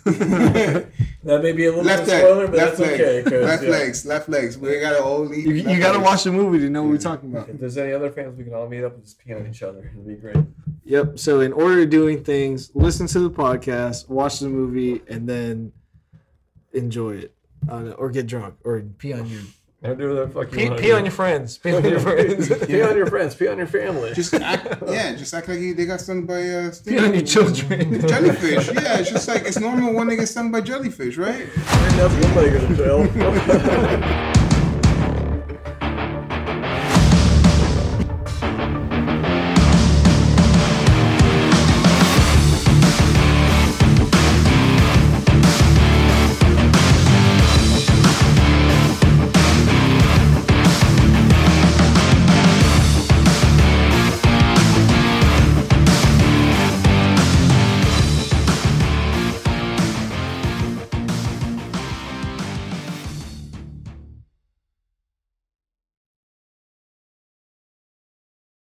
Speaker 1: That may be a little
Speaker 2: left
Speaker 1: bit of a spoiler,
Speaker 2: leg,
Speaker 1: but
Speaker 2: left
Speaker 1: that's
Speaker 2: leg,
Speaker 1: okay. 'cause,
Speaker 2: left
Speaker 1: yeah,
Speaker 2: legs, left legs. We gotta only.
Speaker 3: you you gotta watch the movie to know what we're talking about.
Speaker 1: If there's any other fans, we can all meet up and just pee on each other. It'd be great.
Speaker 3: Yep. So in order of doing things, listen to the podcast, watch the movie, and then enjoy it, uh, or get drunk, or pee on your
Speaker 1: Or do whatever the fuck you
Speaker 3: pee,
Speaker 1: want.
Speaker 3: pee on your friends, pee on your friends,
Speaker 1: pee on your friends. Pee on your family.
Speaker 2: Just act, yeah, just act like you, they got stung by uh,
Speaker 3: pee on your children.
Speaker 2: jellyfish. Yeah, it's just like it's normal when they get stung by jellyfish, right?
Speaker 1: that's one leg of the jail.